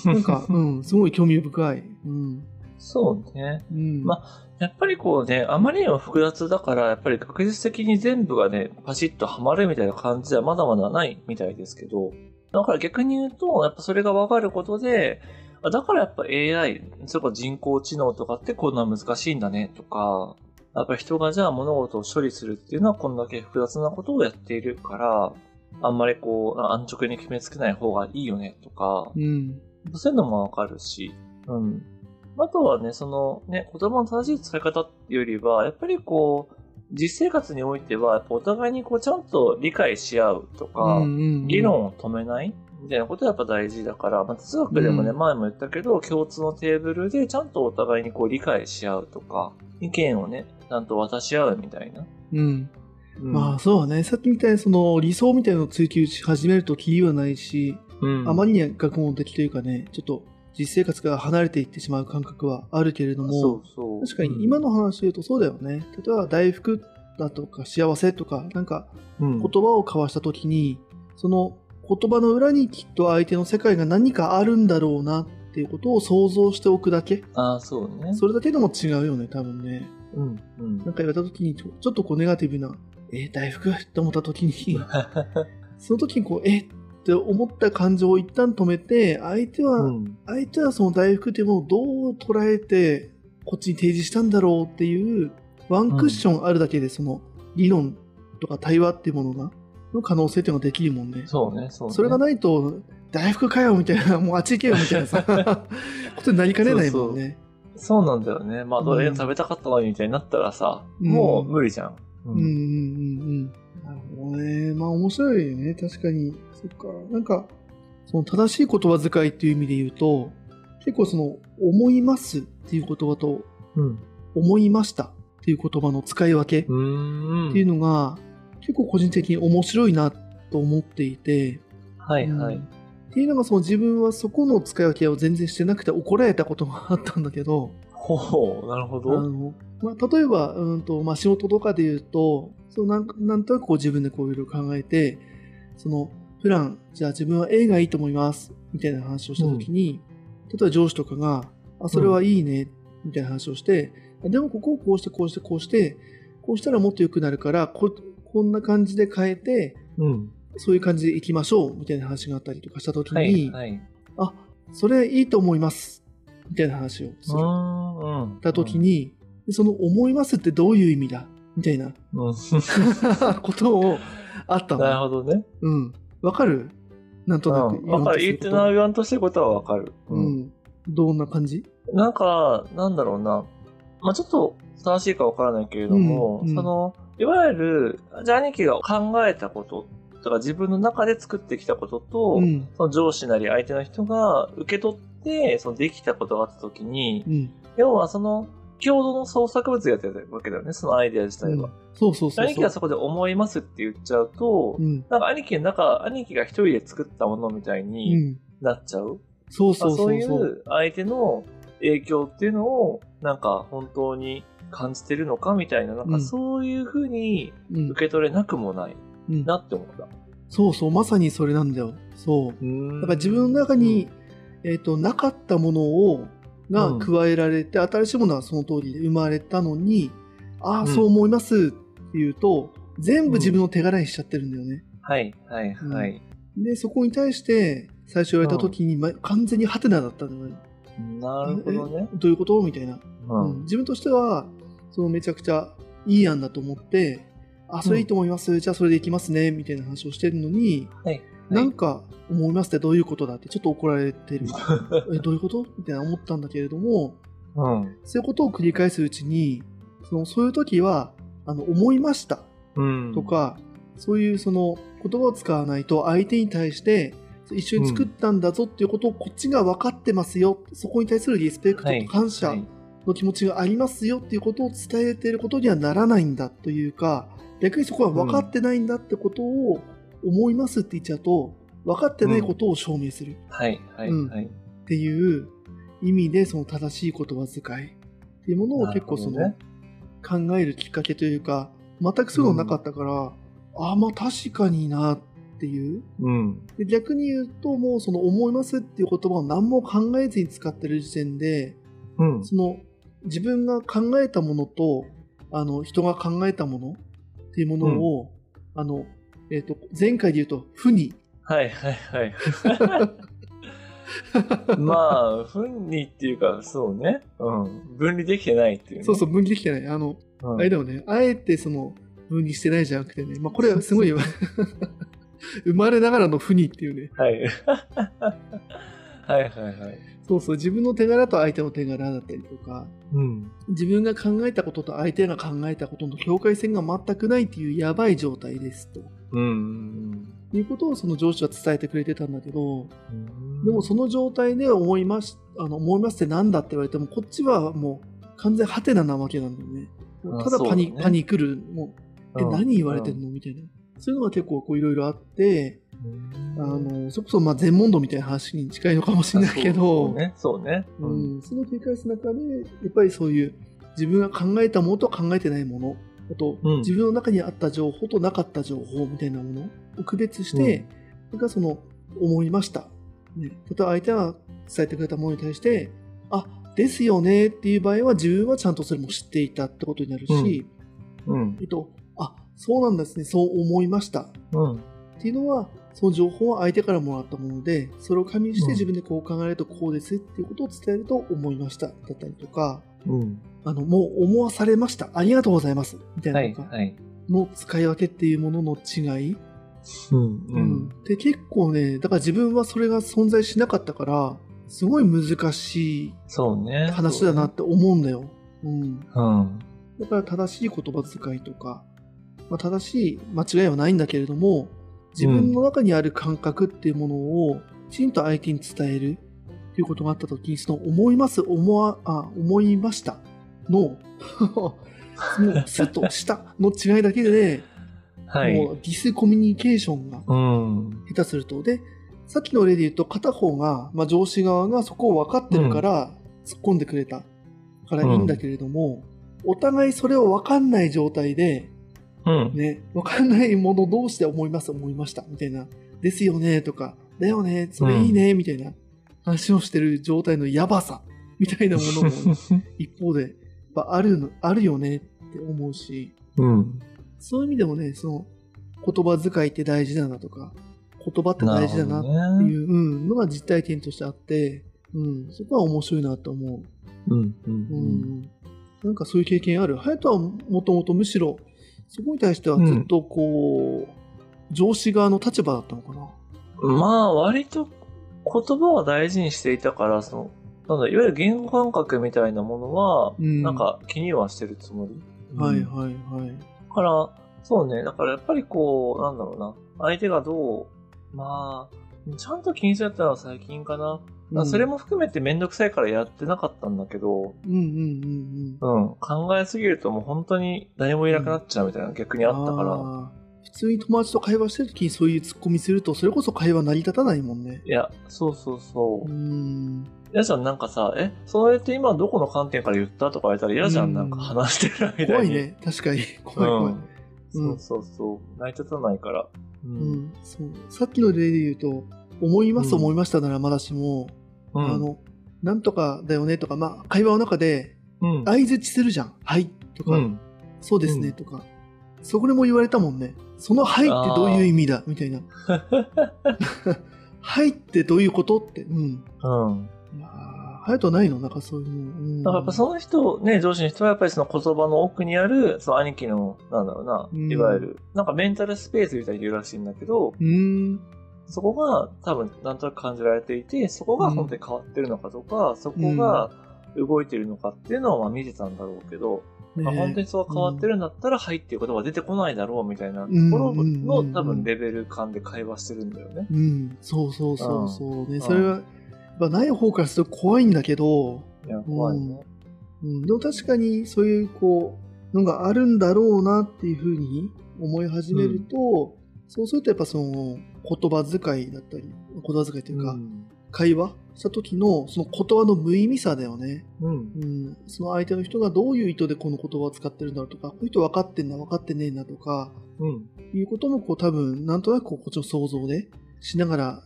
なんか、うん、すごい興味深い。うん。そうね。うん。まやっぱりこうね、あまりにも複雑だから、やっぱり学術的に全部がね、パシッとはまるみたいな感じではまだまだないみたいですけど、だから逆に言うと、やっぱそれがわかることで、あだからやっぱ AI、それこそ人工知能とかってこんな難しいんだねとか、やっぱ人がじゃあ物事を処理するっていうのはこんだけ複雑なことをやっているから、あんまりこう、安直に決めつけない方がいいよねとか、うん。そういうのもわかるし、うん。あとはね、そのね、言葉の正しい使い方っていうよりは、やっぱりこう、実生活においては、やっぱお互いにこう、ちゃんと理解し合うとか、うんうんうん議論を止めないみたいなことはやっぱ大事だから、まあ、哲学でもね、うん前も言ったけど、共通のテーブルでちゃんとお互いにこう、理解し合うとか、意見をね、ちゃんと渡し合うみたいな。うん。うん、まあ、そうだね。さっきみたいにその理想みたいなのを追求し始めるとキリはないし、うん、あまりに学問的というかね、ちょっと実生活から離れていってしまう感覚はあるけれども、そうそう。確かに今の話で言うとそうだよね。例えば大福だとか幸せとか、なんかうん、言葉を交わした時に、その言葉の裏にきっと相手の世界が何かあるんだろうなっていうことを想像しておくだけ。ああ、そうね。それだけでも違うよね、多分ね。うん、うんなん。か言われた時にちょちょっとこうネガティブな、えー大福って思った時 <laughs> に、その時にこう、えって思った感情を一旦止めて、相手は、うん相手はその大福というものをどう捉えてこっちに提示したんだろうっていうワンクッションあるだけでその理論とか対話っていうものがの可能性っていうのができるもんね。そうね、そうね。それがないと大福かよみたいなもうあっち行けよみたいなさ <laughs> ことになりかねないもんね。そうなんだよね。まあ、どれ食べたかったのにみたいになったらさ、うんもう無理じゃん。ううんうんうんうん。なるほどね。まあ面白いよね確かに。そっか。なんかその正しい言葉遣いっていう意味で言うと結構その「思います」っていう言葉とうん。思いましたっていう言葉の使い分けっうん。ていうのが結構個人的に面白いなと思っていて、はいはい。うんっていうのがその自分はそこの使い分けを全然してなくて怒られたことがあったんだけど、ほう、なるほあど。のまあ、例えばうんと、まあ、仕事とかで言うとそうなんなんとなくこう自分でこういろいろ考えてそのプランじゃあ自分は A がいいと思いますみたいな話をした時に、例えば上司とかがあそれはいいねみたいな話をして、あでもここをこうしてこうしてこうしてこうしたらもっと良くなるからここんな感じで変えてうん。そういう感じでいきましょうみたいな話があったりとかした時に、はいはい。あそれいいと思いますみたいな話をすうる。ん。うん。った時に、でその思いますってどういう意味だみたいなうん。 <laughs> ことをあったなるの。ほどね。うん。わかるなんとなうくん。わかる。言言うとすることってない言わんとしてることはわかる。う。ん。どんな感じなんか、なんだろうな。まあ、ちょっと正しいかわからないけれども、うんうんその、いわゆる、じゃあ兄貴が考えたこと、とか自分の中で作ってきたことと、うん。その上司なり相手の人が受け取って、そのできたことがあった時にう、ん。要はその、共同の創作物がやってるわけだよね、そのアイデア自体は。そうそうそう兄貴そがう。そこで思いますって言っちゃうと、うん。なんか兄貴の中、兄貴が一人で作ったものみたいうにん。なっちゃう。そうまあそうそそうういそう。う相手の影響っていうのを、なんか本当に感じてるのかみたいな、なんうかんそういうふうにうん受け取れなくもないうんなって思った。そうそう、まさにそれなんだよ。そう。うんだから自分の中に、えっと、なかったものを、うがん加えられて、新しいものはその通りで生まれたのに、あうあ、んそう思いますっていうと、全部自分の手柄にしちゃってるんだよね。はい、はい、はい。で、そこに対して、最初言われた時に、ま完全にハテナだったんだよね。なるほどね。どういうことみたいな、ううん自分としては、そのめちゃくちゃいい案だと思って、あ、それいいと思います。じゃあそれでいきますね。みたいな話をしてるのに、はい。なんか思いますってどういうことだってちょっと怒られて <laughs> るえどういうことみたいな思ったんだけれどもうん。そういうことを繰り返すうちにそのそういう時はあの思いましたうん。と、か、そういうその言葉を使わないと相手に対して一緒に作ったんだぞっていうことをこっちが分かってますよ、そこに対するリスペクトはいと感謝はいの気持ちがありますよっていうことを伝えていることにはならないんだというか逆にそこは分かってないんだってことを思いますって言っちゃうと分かってないことを証明するはい、はい、うんはい。っていう意味でその正しい言葉遣いっていうものを結構そなのる考えるきっかけというか全くそういうのなかったから、ああまあ確かになっていううん。で逆に言うともうその「思います」っていう言葉を何も考えずに使ってる時点でうん。その自分が考えたものとあの人が考えたものっていうものを、あのえっと前回で言うと負にはいはいはい。 <laughs> まあ、分離っていうか、そうね。うん。分離できてないっていう、ね。。そうそうう分離できてないあの、うん、あれだよねあえてその分離してないじゃなくてね、まあ、こ <laughs> れはすごい <laughs> 生まれながらの負にっていうねはい。 <laughs> はいはいはい。そうそう自分の手柄と相手の手柄だったりとかうん。自分が考えたことと相手が考えたことの境界線が全くないっていうやばい状態ですとうん。いうことをその上司は伝えてくれてたんだけどうんでもその状態で思いますあの思いますってなんだって言われてもこっちはもう完全ハテナなわけなんだよねあただパニ,、そうだねパニクるもうえうん何言われてんのみたいなそういうのが結構こういろいろあってうんあのそれこそまあ全問答みたいな話に近いのかもしれないけどそうね。そうね。う。うんん、その繰り返す中でやっぱりそういう自分が考えたものと考えてないものあと、うん自分の中にあった情報となかった情報みたいなものを区別して、それからその思いました、ね、例えば相手が伝えてくれたものに対してあですよねっていう場合は自分はちゃんとそれも知っていたってことになるし、うん。えっと、あそうなんですねそう思いましたうん。っていうのはその情報は相手からもらったものでそれを加味しうんて自分でこう考えるとこうですっていうことを伝えると思いましただったりとかうん。あのもう思わされましたありがとうございますみたいはなのいがはい。の使い分けっていうものの違い、うんううんん。で結構ねだから自分はそれが存在しなかったからすごい難しいそうね。話だなって思うんだよ、うん、うん。だから正しい言葉遣いとか、まあ、正しい間違いはないんだけれども自分の中にある感覚っていうものをきちんと相手に伝えるっていうことがあった時にその思います思わあ思いましたの <laughs> もうすとしたの違いだけで、はい。もうディスコミュニケーションがうん。下手するとでさっきの例で言うと片方が、まあ、上司側がそこを分かってるから突っ込んでくれたからいいんだけれども、お互いそれを分かんない状態で、うん。ね、分かんないもの同士で思います思いましたみたいな「ですよね」とか「だよねそれいいね」みたいな話をしてる状態のやばさみたいなものも <laughs> 一方でやっぱあるのあるよねって思うし。うん。そういう意味でもね、その言葉遣いって大事だなとか、言葉って <laughs> 大事だなっていう、なるほどね。うん、のが実体験としてあって、うん、そこは面白いなと思うん。う。う。うんん。なんかそういう経験ある。隼人はもともとむしろ、そこに対してはずっとこう、上司側の立場だったのかな。うん。まあ、割と言葉は大事にしていたから、その、なんだ、いわゆる言語感覚みたいなものは、うんなんか気にはしてるつもり。はいうんはいはい。だから、そうね。だからやっぱりこう、なんだろうな。相手がどう、まあ、ちゃんと気にしちゃったのは最近かな。だからそれも含めてめんどくさいからやってなかったんだけど、うん、うんうんうんうん。うん。考えすぎるともう本当に誰もいなくなっちゃうみたいな、逆にあったから。あー。普通に友達と会話してる時にそういうツッコミすると、それこそ会話成り立たないもんね。いや、そうそうそうう。ん。やじゃん、なんかさ、え、それって今どこの観点から言ったとか言われたら嫌じゃうんん、なんか話してる間に。怖い。ね。確かに。怖い怖い。うん。うんそうそうそう。成り立たないから。うう。んん、そうさっきの例で言うと「思いますうん思いました」ならまだしも、うん。あの「なんとかだよね」とか、まあ、会話の中でうん。相づちするじゃん「はい」とか、うん。そうですね」うんとかそこでも言われたもんね「その「はい」ってどういう意味だみたいな <laughs> 「はい」ってどういうことってうんうん。いや隼人はないのなんかそういうの、うん、だからやっぱその人、ね、上司の人はやっぱりその言葉の奥にある、その兄貴の、なんだろうな、うんいわゆる、なんかメンタルスペースみたいに言うらしいんだけど、うーんそこが多分なんとなく感じられていて、そこが本当に変わってるのかとか、そこが動いてるのかっていうのはまあ見てたんだろうけど、まあ、ね本当にそう変わってるんだったら、はいっていう言葉は出てこないだろうみたいなとんころうのん多分レベル感で会話してるんだよね。うんそうそうそうそうねんそれはやっぱない方からすると怖いんだけどいや、怖いね。うん、でも確かにそういうこうのがあるんだろうなっていうふうに思い始めると、そうするとやっぱその言葉遣いだったり言葉遣いというか、うん会話した時のその言葉の無意味さだよね、うん。うん、その相手の人がどういう意図でこの言葉を使ってるんだろうとかこういう人分かってんな分かってねえなとかうん。いうこともこう多分なんとなくこうこっちの想像でしながら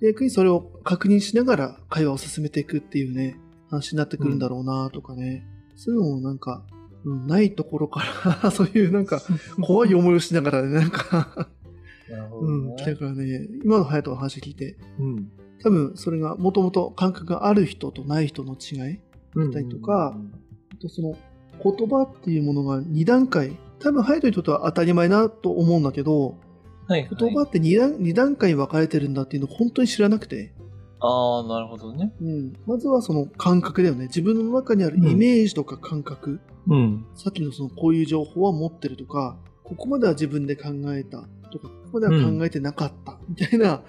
で逆にそれを確認しながら会話を進めていくっていうね話になってくるんだろうなとかね、そういうのもなんか、うん、ないところから <laughs> そういう <laughs> なんか怖い思いをしながらねなんか、なるほうどん、来たね。からね今の隼人の話聞いてうん。多分それがもともと感覚がある人とない人の違いうんたりとかあとその言葉っていうものが2段階多分隼人にとっては当たり前なと思うんだけどはいはい。言葉って2段 ,2 段階分かれてるんだっていうの本当に知らなくて、ああ、なるほどね。うん、まずはその感覚だよね自分の中にあるイメージとか感覚、うん。さっきのそのこういう情報は持ってるとか、ここまでは自分で考えたとか、ここまでは考えてなかったみたいな、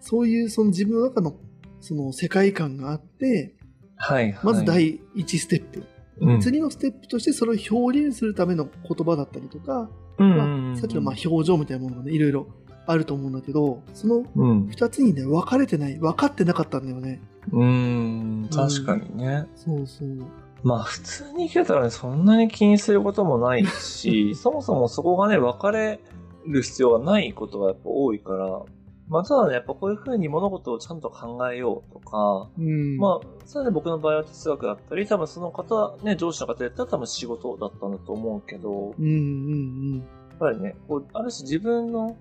そういうその自分の中のその世界観があって、はいはい。まず第1ステップ、うん、次のステップとしてそれを表現するための言葉だったりとか、うんうまんうんうんあ、さっきのまあ表情みたいなものがね、いろいろあると思うんだけど、そのうん。 2つにね、分かれてない、分かってなかったんだよね。うん、確かにね。そうそう。まあ普通に生きてたらね、そんなに気にすることもない <laughs> し、そもそもそこがね、分かれる必要がないことがやっぱ多いから、まあただね、やっぱこういうふうに物事をちゃんと考えようとか、うん。まあ、さらに僕の場合は哲学だったり、多分その方、ね、上司の方やったら多分仕事だったんだと思うけど、うんうんやっぱりね、こう、ある種自分の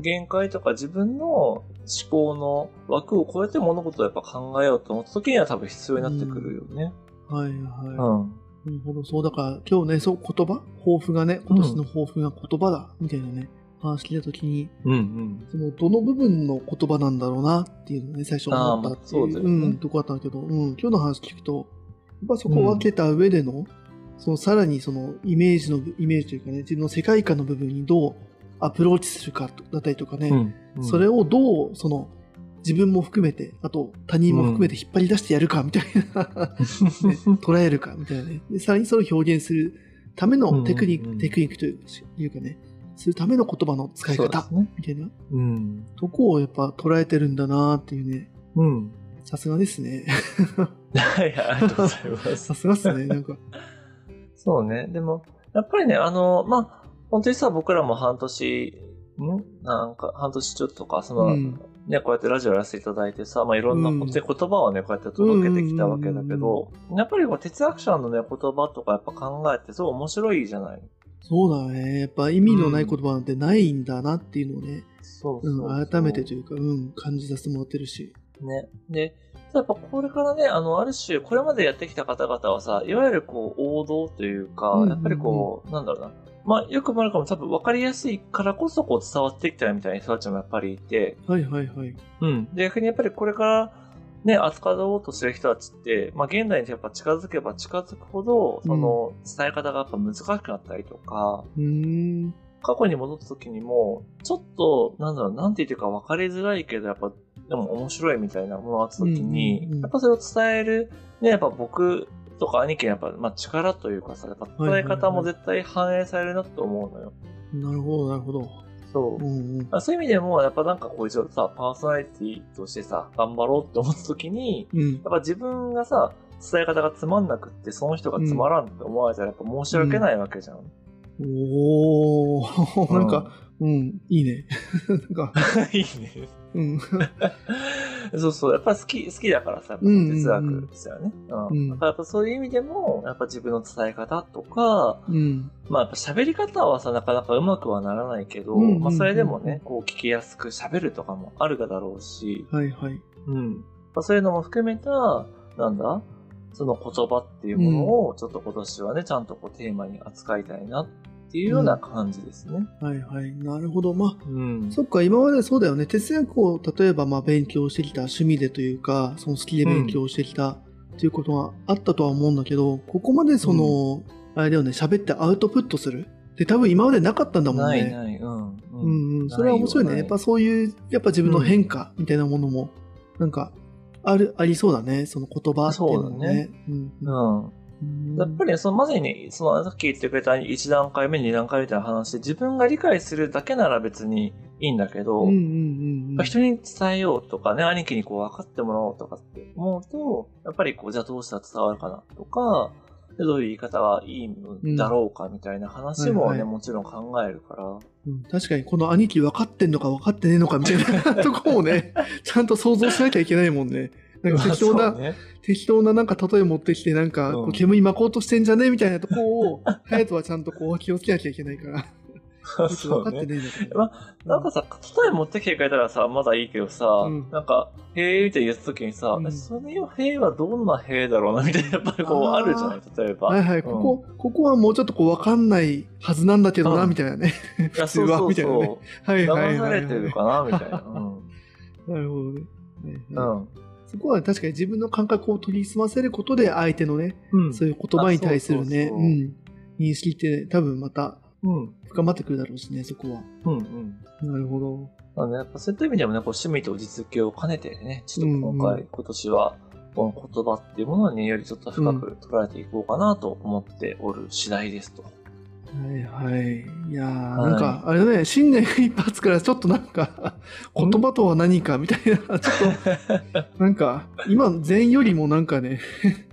限界とか自分の思考の枠を超えて物事をやっぱ考えようと思った時には多分必要になってくるよね。うん。はいはい。うん。なるほど、そうだから今日ね、そう言葉、抱負がね、今年の抱負が言葉だ、みたいなね、話聞いたときに、うんうん。そのどの部分の言葉なんだろうなっていうのをね、最初思ったってい,、あーまあそううだようねん、とこだったんだけど、うん、今日の話聞くと、やっぱそこを分けた上での、そのさらにそのイメージの、イメージというかね、自分の世界観の部分にどうアプローチするかだったりとかね、それを、をどうその自分も含めて、あと他人も含めて引っ張り出してやるかみたい <laughs> な、ね捉えるかみたいなね。でさらにそれを表現するためのテクニック、うんうんうんテクニックというかね、するための言葉の使いそうで方すね。みたいなうん。とこをやっぱ捉えてるんだなっていうね、うん。さすがですね。 <laughs> はいはい、ありがとうございますさ。すがっすね、なんか。 <laughs> そうね。でも、やっぱりね、あの、まあ、本当にさ、僕らも半年、んなんか、半年ちょっととか、その、うんね、こうやってラジオやらせていただいてさ、まあ、いろんな、うん本当に言葉をね、こうやって届けてきたわけだけど、やっぱりこう、哲学者のね、言葉とかやっぱ考えて、そう面白いじゃない。そうだね。やっぱ意味のない言葉なんてないんだなっていうのをね、そううそうんそう、改めてというか、うん、感じさせてもらってるし。ね。で、やっぱこれからね、あの、ある種、これまでやってきた方々はさ、いわゆるこう、王道というか、うんうんうんやっぱりこう、なんだろうな。まあ、よくもあるかも多分分かりやすいからこそこう伝わってきたみたいな人たちもやっぱりいて、はいはいはい。うん。で、逆にやっぱりこれから、ね、扱おうとしてる人たちって、まあ、現代にやっぱ近づけば近づくほど、その、伝え方がやっぱ難しくなったりとか、うーん。過去に戻った時にも、ちょっと、なんだろう、なんて言ってるか分かりづらいけど、やっぱ、でも面白いみたいなものがあった時に、うんうんうんやっぱそれを伝える、ね、やっぱ僕とか兄貴のやっぱ、まあ力というかさ、やっぱ伝え方も絶対反映されるなと思うのよ。なるほど、なるほど。そう。うんうん。あそういう意味でも、やっぱなんかこう一応さ、パーソナリティとしてさ、頑張ろうって思った時に、うんやっぱ自分がさ、伝え方がつまんなくって、その人がつまらんって思われたらやっぱ申し訳ないわけじゃん。おうー、なんか、、うん、いいね。 <laughs> なんか、 <laughs> いいね。うん。 <laughs> そうそう、やっぱ好き、好きだからさ、やっぱうんうんうん哲学ですよね。ううんん。だからやっぱそういう意味でも、やっぱ自分の伝え方とか、うん。まあやっぱ喋り方はさ、なかなかうまくはならないけど、うんうんうんまあそれでもね、こう聞きやすく喋るとかもあるがだろうし、はいはい。うん。やっぱそういうのも含めた、なんだその言葉っていうものを、ちょっと今年はね、ちゃんとこうテーマに扱いたいなっていうような感じですね。はいはい。なるほど。まあ、うん。そっか、今までそうだよね。哲学を、例えば、まあ、勉強してきた趣味でというか、その好きで勉強してきたっていうことがあったとは思うんだけど、ここまでその、あれだよね、喋ってアウトプットするって多分今までなかったんだもんなね。いない、うん。うんうんうん、それは面白いね。なやいよっなぱいそういう、やっぱ自分の変化みたいなものも、なんか、ある、ありそうだね。その言葉っていうのもね。うん。うんやっぱりね、そのまさにね、そのさっき言ってくれた1段階目、2段階目みたいな話で、自分が理解するだけなら別にいいんだけど、うんうんやっうんうぱん。人に伝えようとかね、兄貴にこう分かってもらおうとかって思うと、やっぱりこう、じゃあどうしたら伝わるかなとか、でどういう言い方がいいんだろうかみたいな話もね、はいはいもちろん考えるから。うん確かにこの <laughs> 兄貴分かってんのか分かってねえのかみたいなとこもね、ちゃんと想像しなきゃいけないもんね。なんか適当まあな、 <laughs> そうね適当ななんか例え持ってきて、なんか、うんこう煙巻こうとしてんじゃねえみたいなとこを、隼人はちゃんとこう気をつけなきゃいけないから。よくそ分うかってね。ねえんだけど。まなんかさ、例え持ってきてくれたらさ、まだいいけどさ、んなんか、へえみたいに言ったときにさ、うんえそれよ、へえはどんなへえだろうな、みたいな、やっぱりこう、あーあるじゃない、例えば。はいはい、うんここ、ここはもうちょっとこう分かんないはずなんだけどな、うんみたいなね。 <laughs> いや普通はそうみたそいうなねそう。はいはい騙はさい、れてるかな、みたい <laughs> な。なるほどね。うはいはいん。そこは確かに自分の感覚を研ぎ澄ませることで相手のね、うん。そういう言葉に対するね、、あそううそうそうん認識って多分またうん。深まってくるだろうしね、そこは。うん。うん。なるほど。なので、やっぱそういった意味でもね、こう趣味と実況を兼ねてね、ちょっと今回、うんう今年は、この言葉っていうものによりちょっと深く捉えていこうかなと思っておる次第ですと。はいはい。いやー、いなんか、あれだね、新年一発からちょっとなん <laughs> か、言葉とは何かみたいな、 <laughs> ちょっと、なんか、今、前よりもなんかね、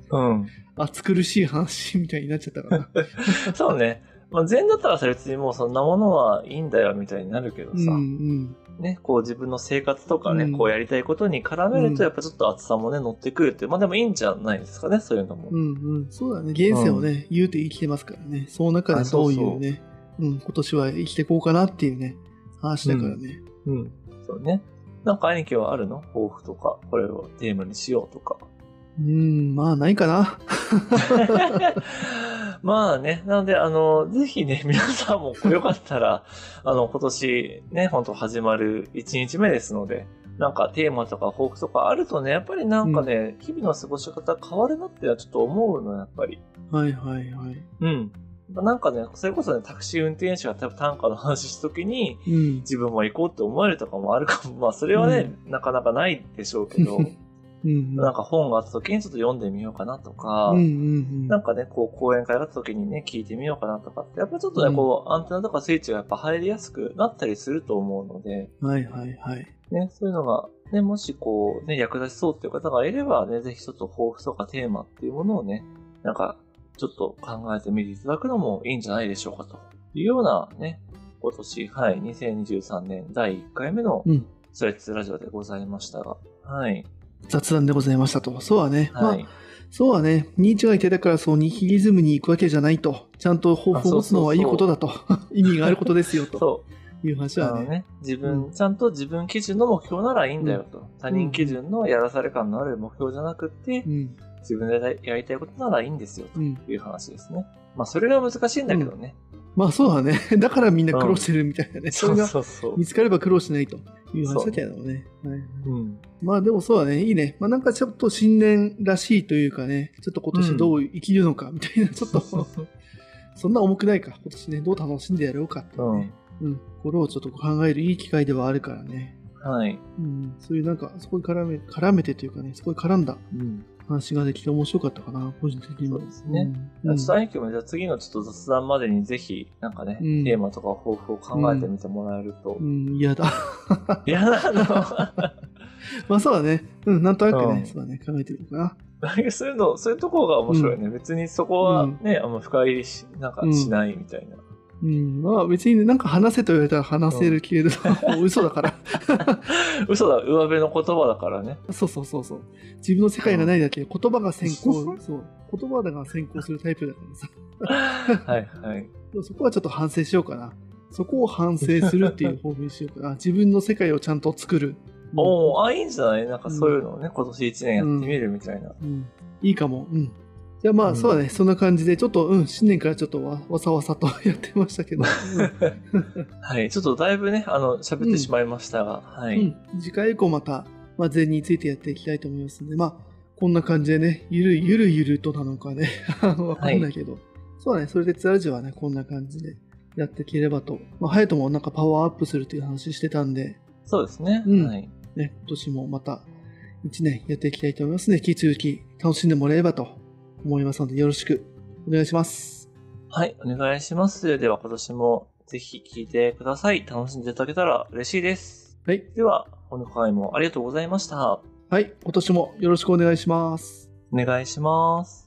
うん。暑苦しい話みたいになっちゃったかな。 <laughs> そうね。まあ、禅だったらさ、別にもうそんなものはいいんだよみたいになるけどうさ、んね、こう自分の生活とかね、うんこうやりたいことに絡めるうんと、やっぱちょっと厚さもね、乗ってくるって、まあでもいいんじゃないですかね、そういうのも。うん。うんうん。そうだね、現世をね、言うて生きてますからね、その中あでどそううそいううね、うん、今年は生きていこうかなっていうね、話だからね。うん。そうね。なんか兄貴はあるの抱負とか、これをテーマにしようとか。うん、まあ、ないかな。 <laughs> <laughs> まあね、なので、あの、ぜひね、 <laughs> 皆さんもよかったら、あの、今年ね、本当始まる1日目ですので、なんかテーマとか抱負とかあるとね、やっぱりなんかね、日々の過ごし方変わるなってのはちょっと思うの、やっぱり。はいはいはい。うん。なんかね、それこそね、タクシー運転手が多分単価の話した時に、うん。自分も行こうって思えるとかもあるかも。 <laughs> まあ、それはね、なかなかないでしょう <laughs> けど、うんうん。なんか本があった時にちょっと読んでみようかなとか、うんうんうなんん。かね、こう、講演会があった時にね、聞いてみようかなとかって、やっぱりちょっとね、うんこう、アンテナとかスイッチがやっぱ入りやすくなったりすると思うので、はいはいはい。ね、そういうのが、ね、もしこう、ね、役立ちそうっていう方がいればね、ぜひちょっと抱負とかテーマっていうものをね、なんか、ちょっと考えてみていただくのもいいんじゃないでしょうかというようなね、今年、はい、2023年第1回目のうんスレッツラジオでございましたが、はい、雑談でございましたと。そうはね。はまあい、、そうはね。ニーチェが言ってたから、そう、ニヒリズムに行くわけじゃないと。ちゃんと抱負を持つのはいいこと <laughs> だと。意味があることですよ、とそう、いう話あはのね。ね、自う分、んちゃんと自分基準の目標ならいいんだよと。他人基準のやらされ感のある目標じゃなくて、うん。自分でやりたいことならいいんですようとん。いう話ですね。まあ、それが難しいんだけどね。まあ、そうだね。 <laughs> だからみんな苦労してるみたいなね。それがうそう見つかれば苦労しないという話だけどね。はいうん。まあでもそうだね、いいね。まあなんかちょっと新年らしいというかね、ちょっと今年どう生きるのかみたいな、ちょっと、そんな重くないか。今年ね、どう楽しんでやろうかっていううねん。うん、これをちょっと考えるいい機会ではあるからね、はい。うん、そういうなんかそこに絡め絡めてというかねそこに絡んだうん。話ができて面白かったかな個人的にもそうですね、うんうんちょっと兄貴もじゃあ次のちょっと雑談までにぜひ、なんかね、うんテーマとか抱負を考えてみてもらえるとう。ん、嫌だ <laughs> 嫌なのまあそうだねうんなんとなくね、うんそうだね考えてみるかななんかそういうの、そういうところが面白いね。別にそこはね、あんま深入りし、なんかしないみたいな。うんまあ別にねなんか話せと言われたら話せるけれど、もう <laughs> 嘘だから嘘だ、上辺の言葉だからね。そうそうそうそう自分の世界がないだけで言葉が先行そう言葉が先行するタイプだからさはいはい。でもそこはちょっと反省しようかな。そこを反省するっていう方面にしよう <laughs> かな。自分の世界をちゃんと作る。おおあ、いいんじゃないなんかそういうのをね、今年一年やってみるみたいな。うん、いいかも。うん。じゃあまあ、うんそうだね。そんな感じで、ちょっと、うん、新年からちょっとわわさわさとやってました <laughs> けど、はい。ちょっとだいぶね、あの、喋ってしまいましたが、はうい。ん、次回以降また、まあ、禅についてやっていきたいと思いますので、まあ、こんな感じでね、ゆるゆるゆるとなのかね、 <laughs> あのわかんないけど、そうだね。それでツアラジオはね、こんな感じでやっていければと。まあ、ハヤトもなんかパワーアップするっていう話してたんで、そうですね。うんはい。ね、今年もまた1年やっていきたいと思いますので、引き続き楽しんでもらえればと思いますので、よろしくお願いします。はい、お願いします。では今年もぜひ聞いてください。楽しんでいただけたら嬉しいです。はい。では、この回もありがとうございました。はい、今年もよろしくお願いします。お願いします。